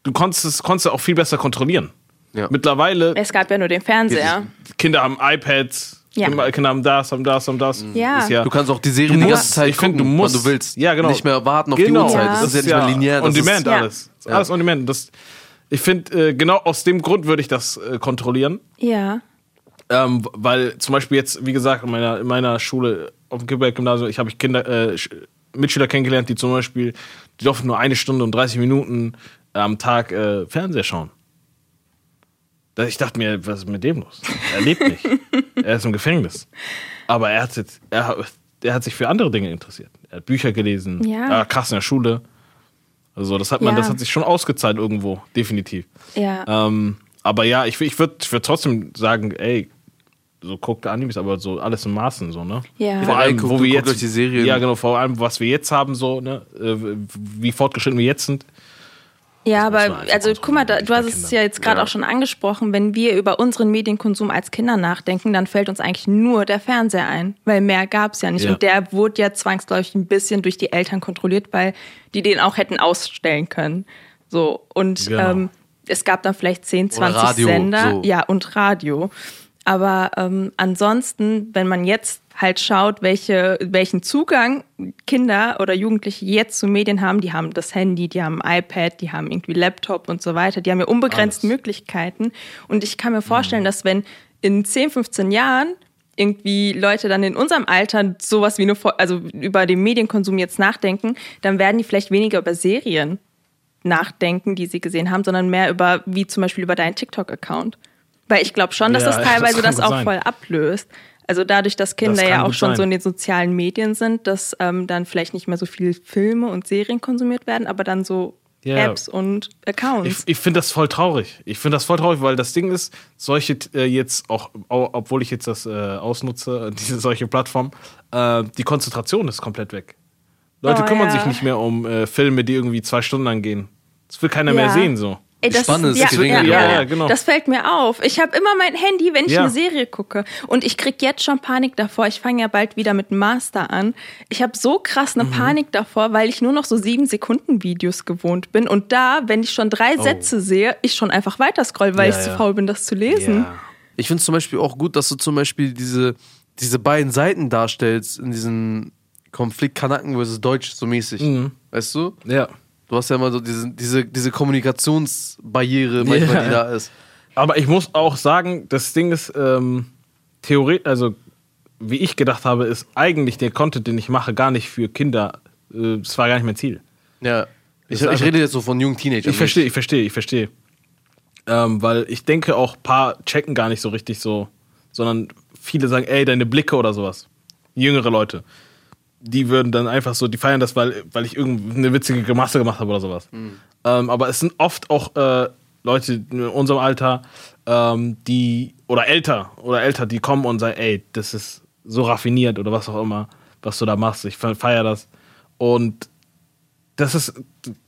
Du konntest es konntest ja auch viel besser kontrollieren.
Ja.
Mittlerweile
Es gab ja nur den Fernseher.
Kinder haben iPads,
Ja.
Kinder- Kinder haben das, haben das, haben das.
Ja.
Ist
Du kannst auch die Serie
Du
die
musst-
ganze Zeit
ich find,
gucken,
du musst-
wann du willst.
Ja, genau.
Nicht mehr warten auf
genau.
die Uhrzeit. Das
Ja.
ist ja nicht mehr linear.
On
das
demand
Ist,
Ja.
alles. Alles on demand. Das, ich finde, äh, genau aus dem Grund würde ich das äh, kontrollieren.
Ja.
Ähm, weil zum Beispiel jetzt, wie gesagt, in meiner, in meiner Schule auf dem Kippenberg-Gymnasium, ich habe ich Kinder, äh, Sch- Mitschüler kennengelernt, die zum Beispiel, die durften nur eine Stunde und 30 Minuten am Tag äh, Fernseher schauen. Da- Ich dachte mir, was ist mit dem los? Er lebt nicht. er ist im Gefängnis. Aber er hat, jetzt, er, er hat sich für andere Dinge interessiert. Er hat Bücher gelesen.
Ja.
Er war krass in der Schule. Also das hat man,
Ja.
das hat sich schon ausgezahlt irgendwo, definitiv.
Ja.
Ah,
Ähm, aber ja, ich, ich würde ich würd trotzdem sagen, ey, so guckt Animes, aber so alles in Maßen so, ne?
Ja.
Vor allem,
Generell guckt-
wo wir
guckt
jetzt
euch die Serien.
Ja, genau, vor allem was wir jetzt haben so, ne, äh, wie fortgeschritten wir jetzt sind.
Ja,
muss man
aber
einfach
also
ausprobieren,
guck mal, da,
wirklich
du
bei
hast es
Kindern.
ja jetzt gerade
Ja.
auch schon angesprochen, wenn wir über unseren Medienkonsum als Kinder nachdenken, dann fällt uns eigentlich nur der Fernseher ein, weil mehr gab's ja nicht.
Ja.
Und der wurde ja zwangsläufig ein bisschen durch die Eltern kontrolliert, weil die den auch hätten ausstellen können. So, und
Genau.
ähm, es gab dann vielleicht 10, 20
Radio,
Sender.
so.
Ja, und Radio. Aber ähm, ansonsten, wenn man jetzt halt schaut, welche, welchen Zugang Kinder oder Jugendliche jetzt zu Medien haben, die haben das Handy, die haben ein iPad, die haben irgendwie Laptop und so weiter, die haben ja unbegrenzte
Alles.
Möglichkeiten. Und ich
Mhm.
kann mir vorstellen, dass wenn in 10, 15 Jahren irgendwie Leute dann in unserem Alter sowas wie eine, Vor- also über den Medienkonsum jetzt nachdenken, dann werden die vielleicht weniger über Serien nachdenken, die sie gesehen haben, sondern mehr über, wie zum Beispiel über deinen TikTok-Account. Weil ich glaube schon, dass
Ja,
das
das
teilweise
kann
das,
gut
auch
sein.
voll ablöst. Also dadurch, dass Kinder
kann
ja auch
gut
schon
sein.
so in den sozialen Medien sind, dass ähm, dann vielleicht nicht mehr so viel Filme und Serien konsumiert werden, aber dann so
Ja.
Apps und Accounts.
Ich, ich finde das voll traurig. Ich finde das voll traurig, weil das Ding ist, solche äh, jetzt auch, au, obwohl ich jetzt das äh, ausnutze, diese solche Plattform, äh, die Konzentration ist komplett weg. Leute
Oh,
kümmern
ja.
sich nicht mehr um äh, Filme, die irgendwie zwei Stunden lang gehen. Das will keiner mehr
Ja.
sehen so.
Ey, das
Spanne
ist,
ist
ja, ja,
geringer
ja,
geworden.
ja,
Ja, genau.
Das fällt mir auf. Ich habe immer mein Handy, wenn ich
Ja.
eine Serie gucke. Und ich krieg jetzt schon Panik davor. Ich fange ja bald wieder mit dem Master an. Ich habe so krass
Mhm.
eine Panik davor, weil ich nur noch so sieben Sekunden Videos gewohnt bin. Und da, wenn ich schon drei Sätze sehe, ich schon einfach weiterscroll, weil
Oh. Ja,
ich zu
ja.
faul bin, das zu lesen.
Ja.
Ich finde es zum Beispiel auch gut, dass du zum Beispiel diese, diese beiden Seiten darstellst in diesem Konflikt Kanaken versus Deutsch so mäßig.
Mhm.
Weißt du?
ja.
Du hast ja immer so diese, diese, diese Kommunikationsbarriere, manchmal,
Ja.
die da ist.
Aber ich muss auch sagen, das Ding ist, ähm, Theorie, also wie ich gedacht habe, ist eigentlich der Content, den ich mache, gar nicht für Kinder. Äh, Das war gar nicht mein Ziel.
Ja. Ich,
ist
ich
einfach-
rede jetzt so von jungen Teenagern.
Ich verstehe, ich verstehe, ich verstehe. Ähm, weil ich denke auch, ein paar checken gar nicht so richtig so, sondern viele sagen, ey, deine Blicke oder sowas. Jüngere Leute. Die würden dann einfach so, die feiern das, weil, weil ich irgendeine witzige Gemasse gemacht habe oder sowas. Ähm, aber es sind oft auch äh, Leute in unserem Alter, ähm, die, oder älter, oder älter, die kommen und sagen, ey, das ist so raffiniert oder was auch immer, was du da machst. Ich fe- feier das. Und das ist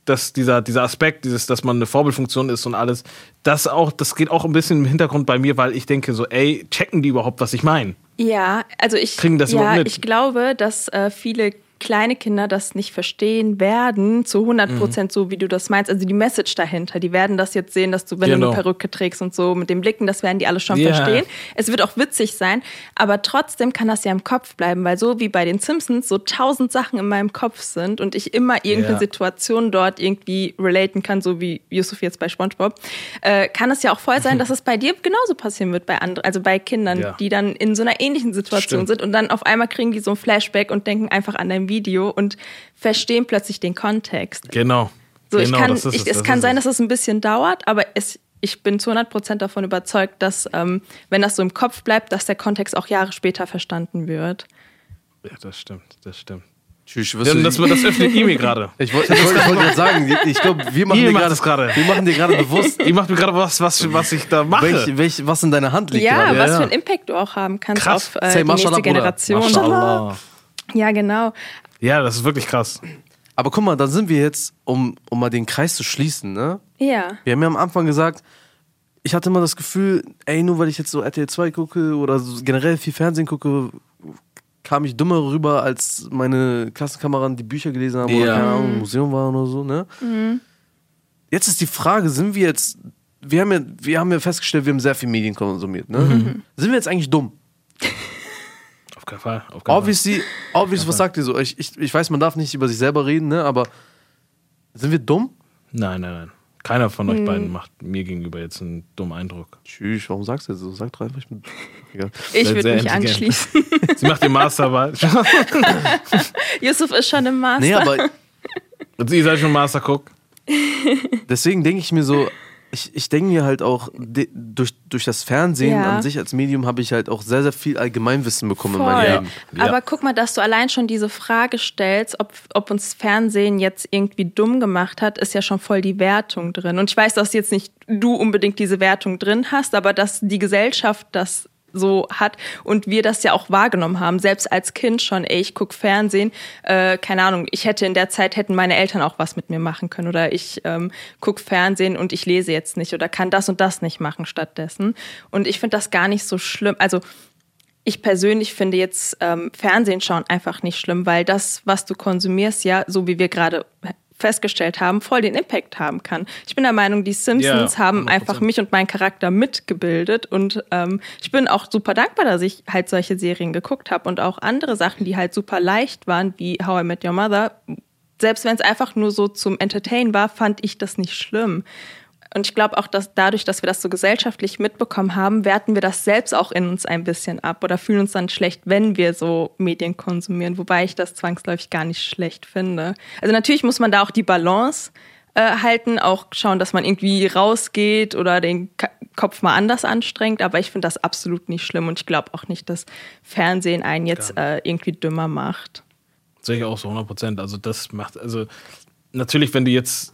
dass dieser, dieser Aspekt, dieses, dass man eine Vorbildfunktion ist und alles, das auch, das geht auch ein bisschen im Hintergrund bei mir, weil ich denke so, ey, checken die überhaupt, was ich meine?
Ja, also ich,
Kriegen das
ja,
überhaupt mit?
ich glaube, dass äh, viele kleine Kinder das nicht verstehen werden, zu 100
Mhm.
Prozent so, wie du das meinst. Also die Message dahinter, die werden das jetzt sehen, dass du, wenn du
Genau.
eine Perücke trägst und so mit den Blicken, das werden die alle schon
Ja.
verstehen. Es wird auch witzig sein, aber trotzdem kann das ja im Kopf bleiben, weil so wie bei den Simpsons so tausend Sachen in meinem Kopf sind und ich immer irgendeine
Ja.
Situation dort irgendwie relaten kann, so wie Yusuf jetzt bei SpongeBob, äh, kann es ja auch voll sein, dass es bei dir genauso passieren wird, bei anderen, also bei Kindern,
Ja.
die dann in so einer ähnlichen Situation
Stimmt.
sind und dann auf einmal kriegen die so ein Flashback und denken einfach an dein Video und verstehen plötzlich den Kontext.
Genau.
So,
genau,
ich kann,
das ist
ich, es
das
kann
ist
sein, dass es ein bisschen dauert, aber es, ich bin zu 100% davon überzeugt, dass, ähm, wenn das so im Kopf bleibt, dass der Kontext auch Jahre später verstanden wird.
Ja, das stimmt, das stimmt.
Tschüss,
Das,
wirst du
das, das öffnet Imi gerade.
Ich wollte ich wollte gerade sagen, ich glaube, wir machen
Ihr
dir
macht
gerade
das gerade.
wir machen dir gerade bewusst,
Ihr macht mir gerade was, was, was ich da mache.
welch, welch, was in deiner Hand liegt
Ja,
gerade.
was
ja.
für einen Impact du auch haben kannst
Krass.
auf äh,
Say
die nächste
Mashallah, Bruder.
Generation.
Mashallah.
Ja, genau.
Ja, das ist wirklich krass.
Aber guck mal, dann sind wir jetzt, um, um mal den Kreis zu schließen, ne?
Ja.
Wir haben ja am Anfang gesagt, ich hatte immer das Gefühl, ey, nur weil ich jetzt so RTL 2 gucke oder so generell viel Fernsehen gucke, kam ich dümmer rüber, als meine Klassenkameraden die Bücher gelesen haben oder
Ja.
keine Ahnung, im Museum waren oder so, ne? Jetzt ist die Frage, sind wir jetzt, wir haben ja, wir haben ja festgestellt, wir haben sehr viel Medien konsumiert, ne? Sind wir jetzt eigentlich dumm?
Auf keinen Fall. Auf keinen
Obviously, obviously was sagt ihr so? Ich, ich, ich weiß, man darf nicht über sich selber reden, ne? Aber sind wir dumm?
Fall. Nein, nein, nein. Keiner von
Hm.
euch beiden macht mir gegenüber jetzt einen dummen Eindruck.
Tschüss, warum sagst du das so? Sag doch einfach, ich bin. Egal.
Ich
Sehr,
würde
sehr
mich
intelligent.
anschließen.
Sie macht den Masterarbeit.
Yusuf ist schon im Master.
Nee, aber
Ihr seid schon halt Master Cook.
deswegen denke ich mir so, ich, ich denke mir halt auch, de, durch, durch das Fernsehen
Ja.
an sich als Medium habe ich halt auch sehr, sehr viel Allgemeinwissen bekommen in
Voll.
meinem Leben.
Ja.
Aber guck mal, dass du allein schon diese Frage stellst, ob, ob uns Fernsehen jetzt irgendwie dumm gemacht hat, ist ja schon voll die Wertung drin. Und ich weiß, dass jetzt nicht du unbedingt diese Wertung drin hast, aber dass die Gesellschaft das so hat und wir das ja auch wahrgenommen haben, selbst als Kind schon, ey, ich guck Fernsehen, äh, keine Ahnung, ich hätte in der Zeit, hätten meine Eltern auch was mit mir machen können oder ich ähm, guck Fernsehen und ich lese jetzt nicht oder kann das und das nicht machen stattdessen. Und ich finde das gar nicht so schlimm, also ich persönlich finde jetzt ähm, Fernsehen schauen einfach nicht schlimm, weil das, was du konsumierst, ja, so wie wir gerade festgestellt haben, voll den Impact haben kann. Ich bin der Meinung, die Simpsons
Ja,
haben
100%.
einfach mich und meinen Charakter mitgebildet und ähm, ich bin auch super dankbar, dass ich halt solche Serien geguckt habe und auch andere Sachen, die halt super leicht waren, wie How I Met Your Mother. Selbst wenn es einfach nur so zum Entertain war, fand ich das nicht schlimm. Und ich glaube auch, dass dadurch, dass wir das so gesellschaftlich mitbekommen haben, werten wir das selbst auch in uns ein bisschen ab oder fühlen uns dann schlecht, wenn wir so Medien konsumieren, wobei ich das zwangsläufig gar nicht schlecht finde. Also natürlich muss man da auch die Balance äh, halten, auch schauen, dass man irgendwie rausgeht oder den Ka Kopf mal anders anstrengt, aber ich finde das absolut nicht schlimm und ich glaube auch nicht, dass Fernsehen einen jetzt äh, irgendwie dümmer macht.
Sehe ich auch so 100 Prozent. Also das macht, also natürlich, wenn du jetzt,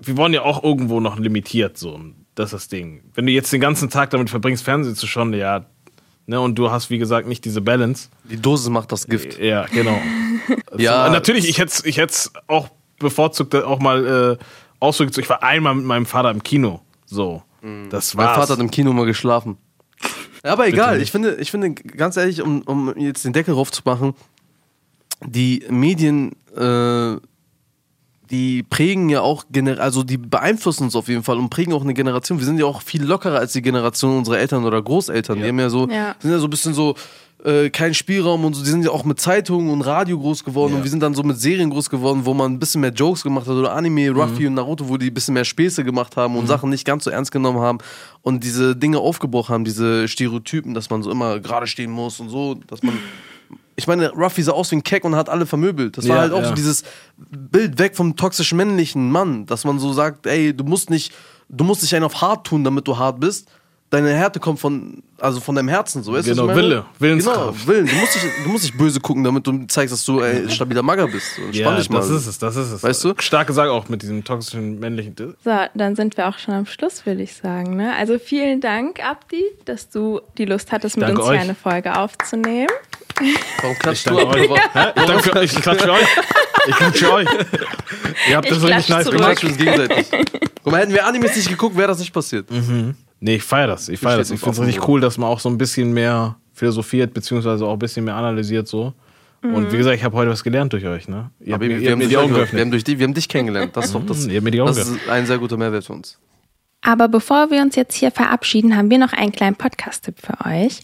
wir wollen ja auch irgendwo noch limitiert, so, das ist das Ding. Wenn du jetzt den ganzen Tag damit verbringst, Fernsehen zu schauen, ja, ne, und du hast, wie gesagt, nicht diese Balance.
Die Dosis macht das Gift.
Ja, genau.
Ja,
Also, natürlich, ich hätte es ich hätt's auch bevorzugt, auch mal äh, Ausflüge zu, ich war einmal mit meinem Vater im Kino, so. Das
Mhm. Mein
war's.
Vater hat im Kino mal geschlafen. Ja, Aber egal,
nicht.
ich finde, ich finde, ganz ehrlich, um, um jetzt den Deckel drauf zu machen, die Medien, äh, die prägen ja auch, gener- also die beeinflussen uns auf jeden Fall und prägen auch eine Generation. Wir sind ja auch viel lockerer als die Generation unserer Eltern oder Großeltern. Die haben ja so,
Ja.
sind ja so ein bisschen so äh, kein Spielraum und so. Die sind ja auch mit Zeitungen und Radio groß geworden
Ja.
und wir sind dann so mit Serien groß geworden, wo man ein bisschen mehr Jokes gemacht hat oder Anime, Ruffy und Naruto, wo die ein bisschen mehr Späße gemacht haben und Sachen nicht ganz so ernst genommen haben und diese Dinge aufgebrochen haben, diese Stereotypen, dass man so immer gerade stehen muss und so, dass man ich meine, Ruffy sah aus wie ein Keck und hat alle vermöbelt. Das war
Ja,
halt auch
ja.
so dieses Bild weg vom toxisch männlichen Mann, dass man so sagt, ey, du musst nicht, du musst nicht einen auf hart tun, damit du hart bist. Deine Härte kommt von, also von deinem Herzen, so weißt du, was
Genau,
ich meine?
Wille, Willenskraft.
Genau, Willen. Du musst, dich, du musst nicht böse gucken, damit du zeigst, dass du ey, ein stabiler Magger bist. So, Entspann
ja,
dich mal.
das ist es, das ist es.
Weißt du?
Stark gesagt auch mit diesem toxischen männlichen.
So, dann sind wir auch schon am Schluss, würde ich sagen. Ne? Also vielen Dank, Abdi, dass du die Lust hattest, mit
danke
uns hier
euch.
eine Folge aufzunehmen.
Warum
Ich
klatschst du
danke
aber?
euch. Hä? Ich danke für euch. Ich klatsche für euch. Ich klatsche für euch. Ihr habt
Ich
das wirklich
klatsch
nice
zurück.
Wir
gemacht.
klatschen uns gegenseitig. Guck mal, hätten wir Animes nicht geguckt, wäre das nicht passiert.
Nee, ich feiere das. Ich feiere das.
steht
Ich finde es
auf dem
richtig
Boden.
cool, dass man auch so ein bisschen mehr philosophiert, beziehungsweise auch ein bisschen mehr analysiert so.
Mhm.
Und wie gesagt, ich habe heute was gelernt durch euch. Ne? Ihr habt
Aber
mir,
wir,
ihr habt
haben
mir
dich
die Augen
wir haben
geöffnet.
durch die, wir haben dich kennengelernt. Das ist doch das,
Mhm, ihr habt mir die Augen
das ist ein sehr guter Mehrwert für uns.
Aber bevor wir uns jetzt hier verabschieden, haben wir noch einen kleinen Podcast-Tipp für euch.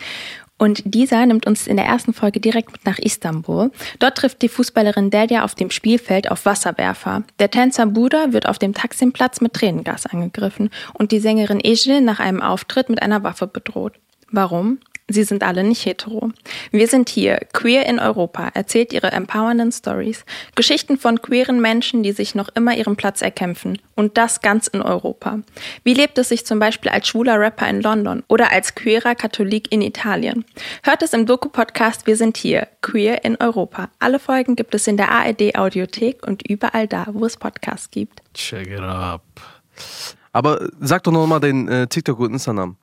Und dieser nimmt uns in der ersten Folge direkt mit nach Istanbul. Dort trifft die Fußballerin Delia auf dem Spielfeld auf Wasserwerfer. Der Tänzer Buda wird auf dem Taksimplatz mit Tränengas angegriffen und die Sängerin Ejil nach einem Auftritt mit einer Waffe bedroht. Warum? Sie sind alle nicht hetero. Wir sind hier, queer in Europa, erzählt ihre empowernden Stories. Geschichten von queeren Menschen, die sich noch immer ihren Platz erkämpfen. Und das ganz in Europa. Wie lebt es sich zum Beispiel als schwuler Rapper in London oder als queerer Katholik in Italien? Hört es im Doku-Podcast Wir sind hier, queer in Europa. Alle Folgen gibt es in der ARD-Audiothek und überall da, wo es Podcasts gibt.
Check it up.
Aber sag doch nochmal den äh, TikTok und Instagram.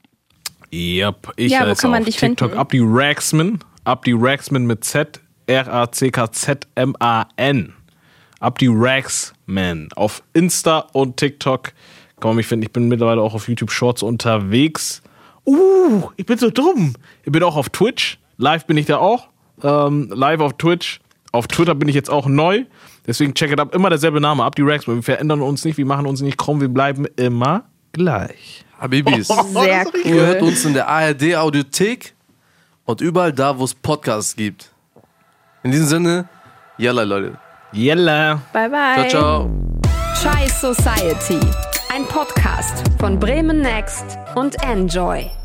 Yep. Ich
Ja, wo
heiße
kann man
auf
dich
TikTok
finden?
Abdi Raxman. Abdi Raxman mit Z. R-A-C-K-Z-M-A-N. Abdi Raxman. Auf Insta und TikTok kann man mich finden. Ich bin mittlerweile auch auf YouTube Shorts unterwegs. Uh, ich bin so dumm. Ich bin auch auf Twitch. Live bin ich da auch. Ähm, live auf Twitch. Auf Twitter bin ich jetzt auch neu. Deswegen check it up. Immer derselbe Name. Abdi Raxman. Wir verändern uns nicht. Wir machen uns nicht krumm. Wir bleiben immer gleich.
Habibis.
Sehr
Ihr hört uns in der ARD Audiothek und überall da, wo es Podcasts gibt. In diesem Sinne, yalla Leute.
Yella.
Bye,
Ciao,
bye.
ciao.
Chai Society. Ein Podcast von Bremen Next und Enjoy.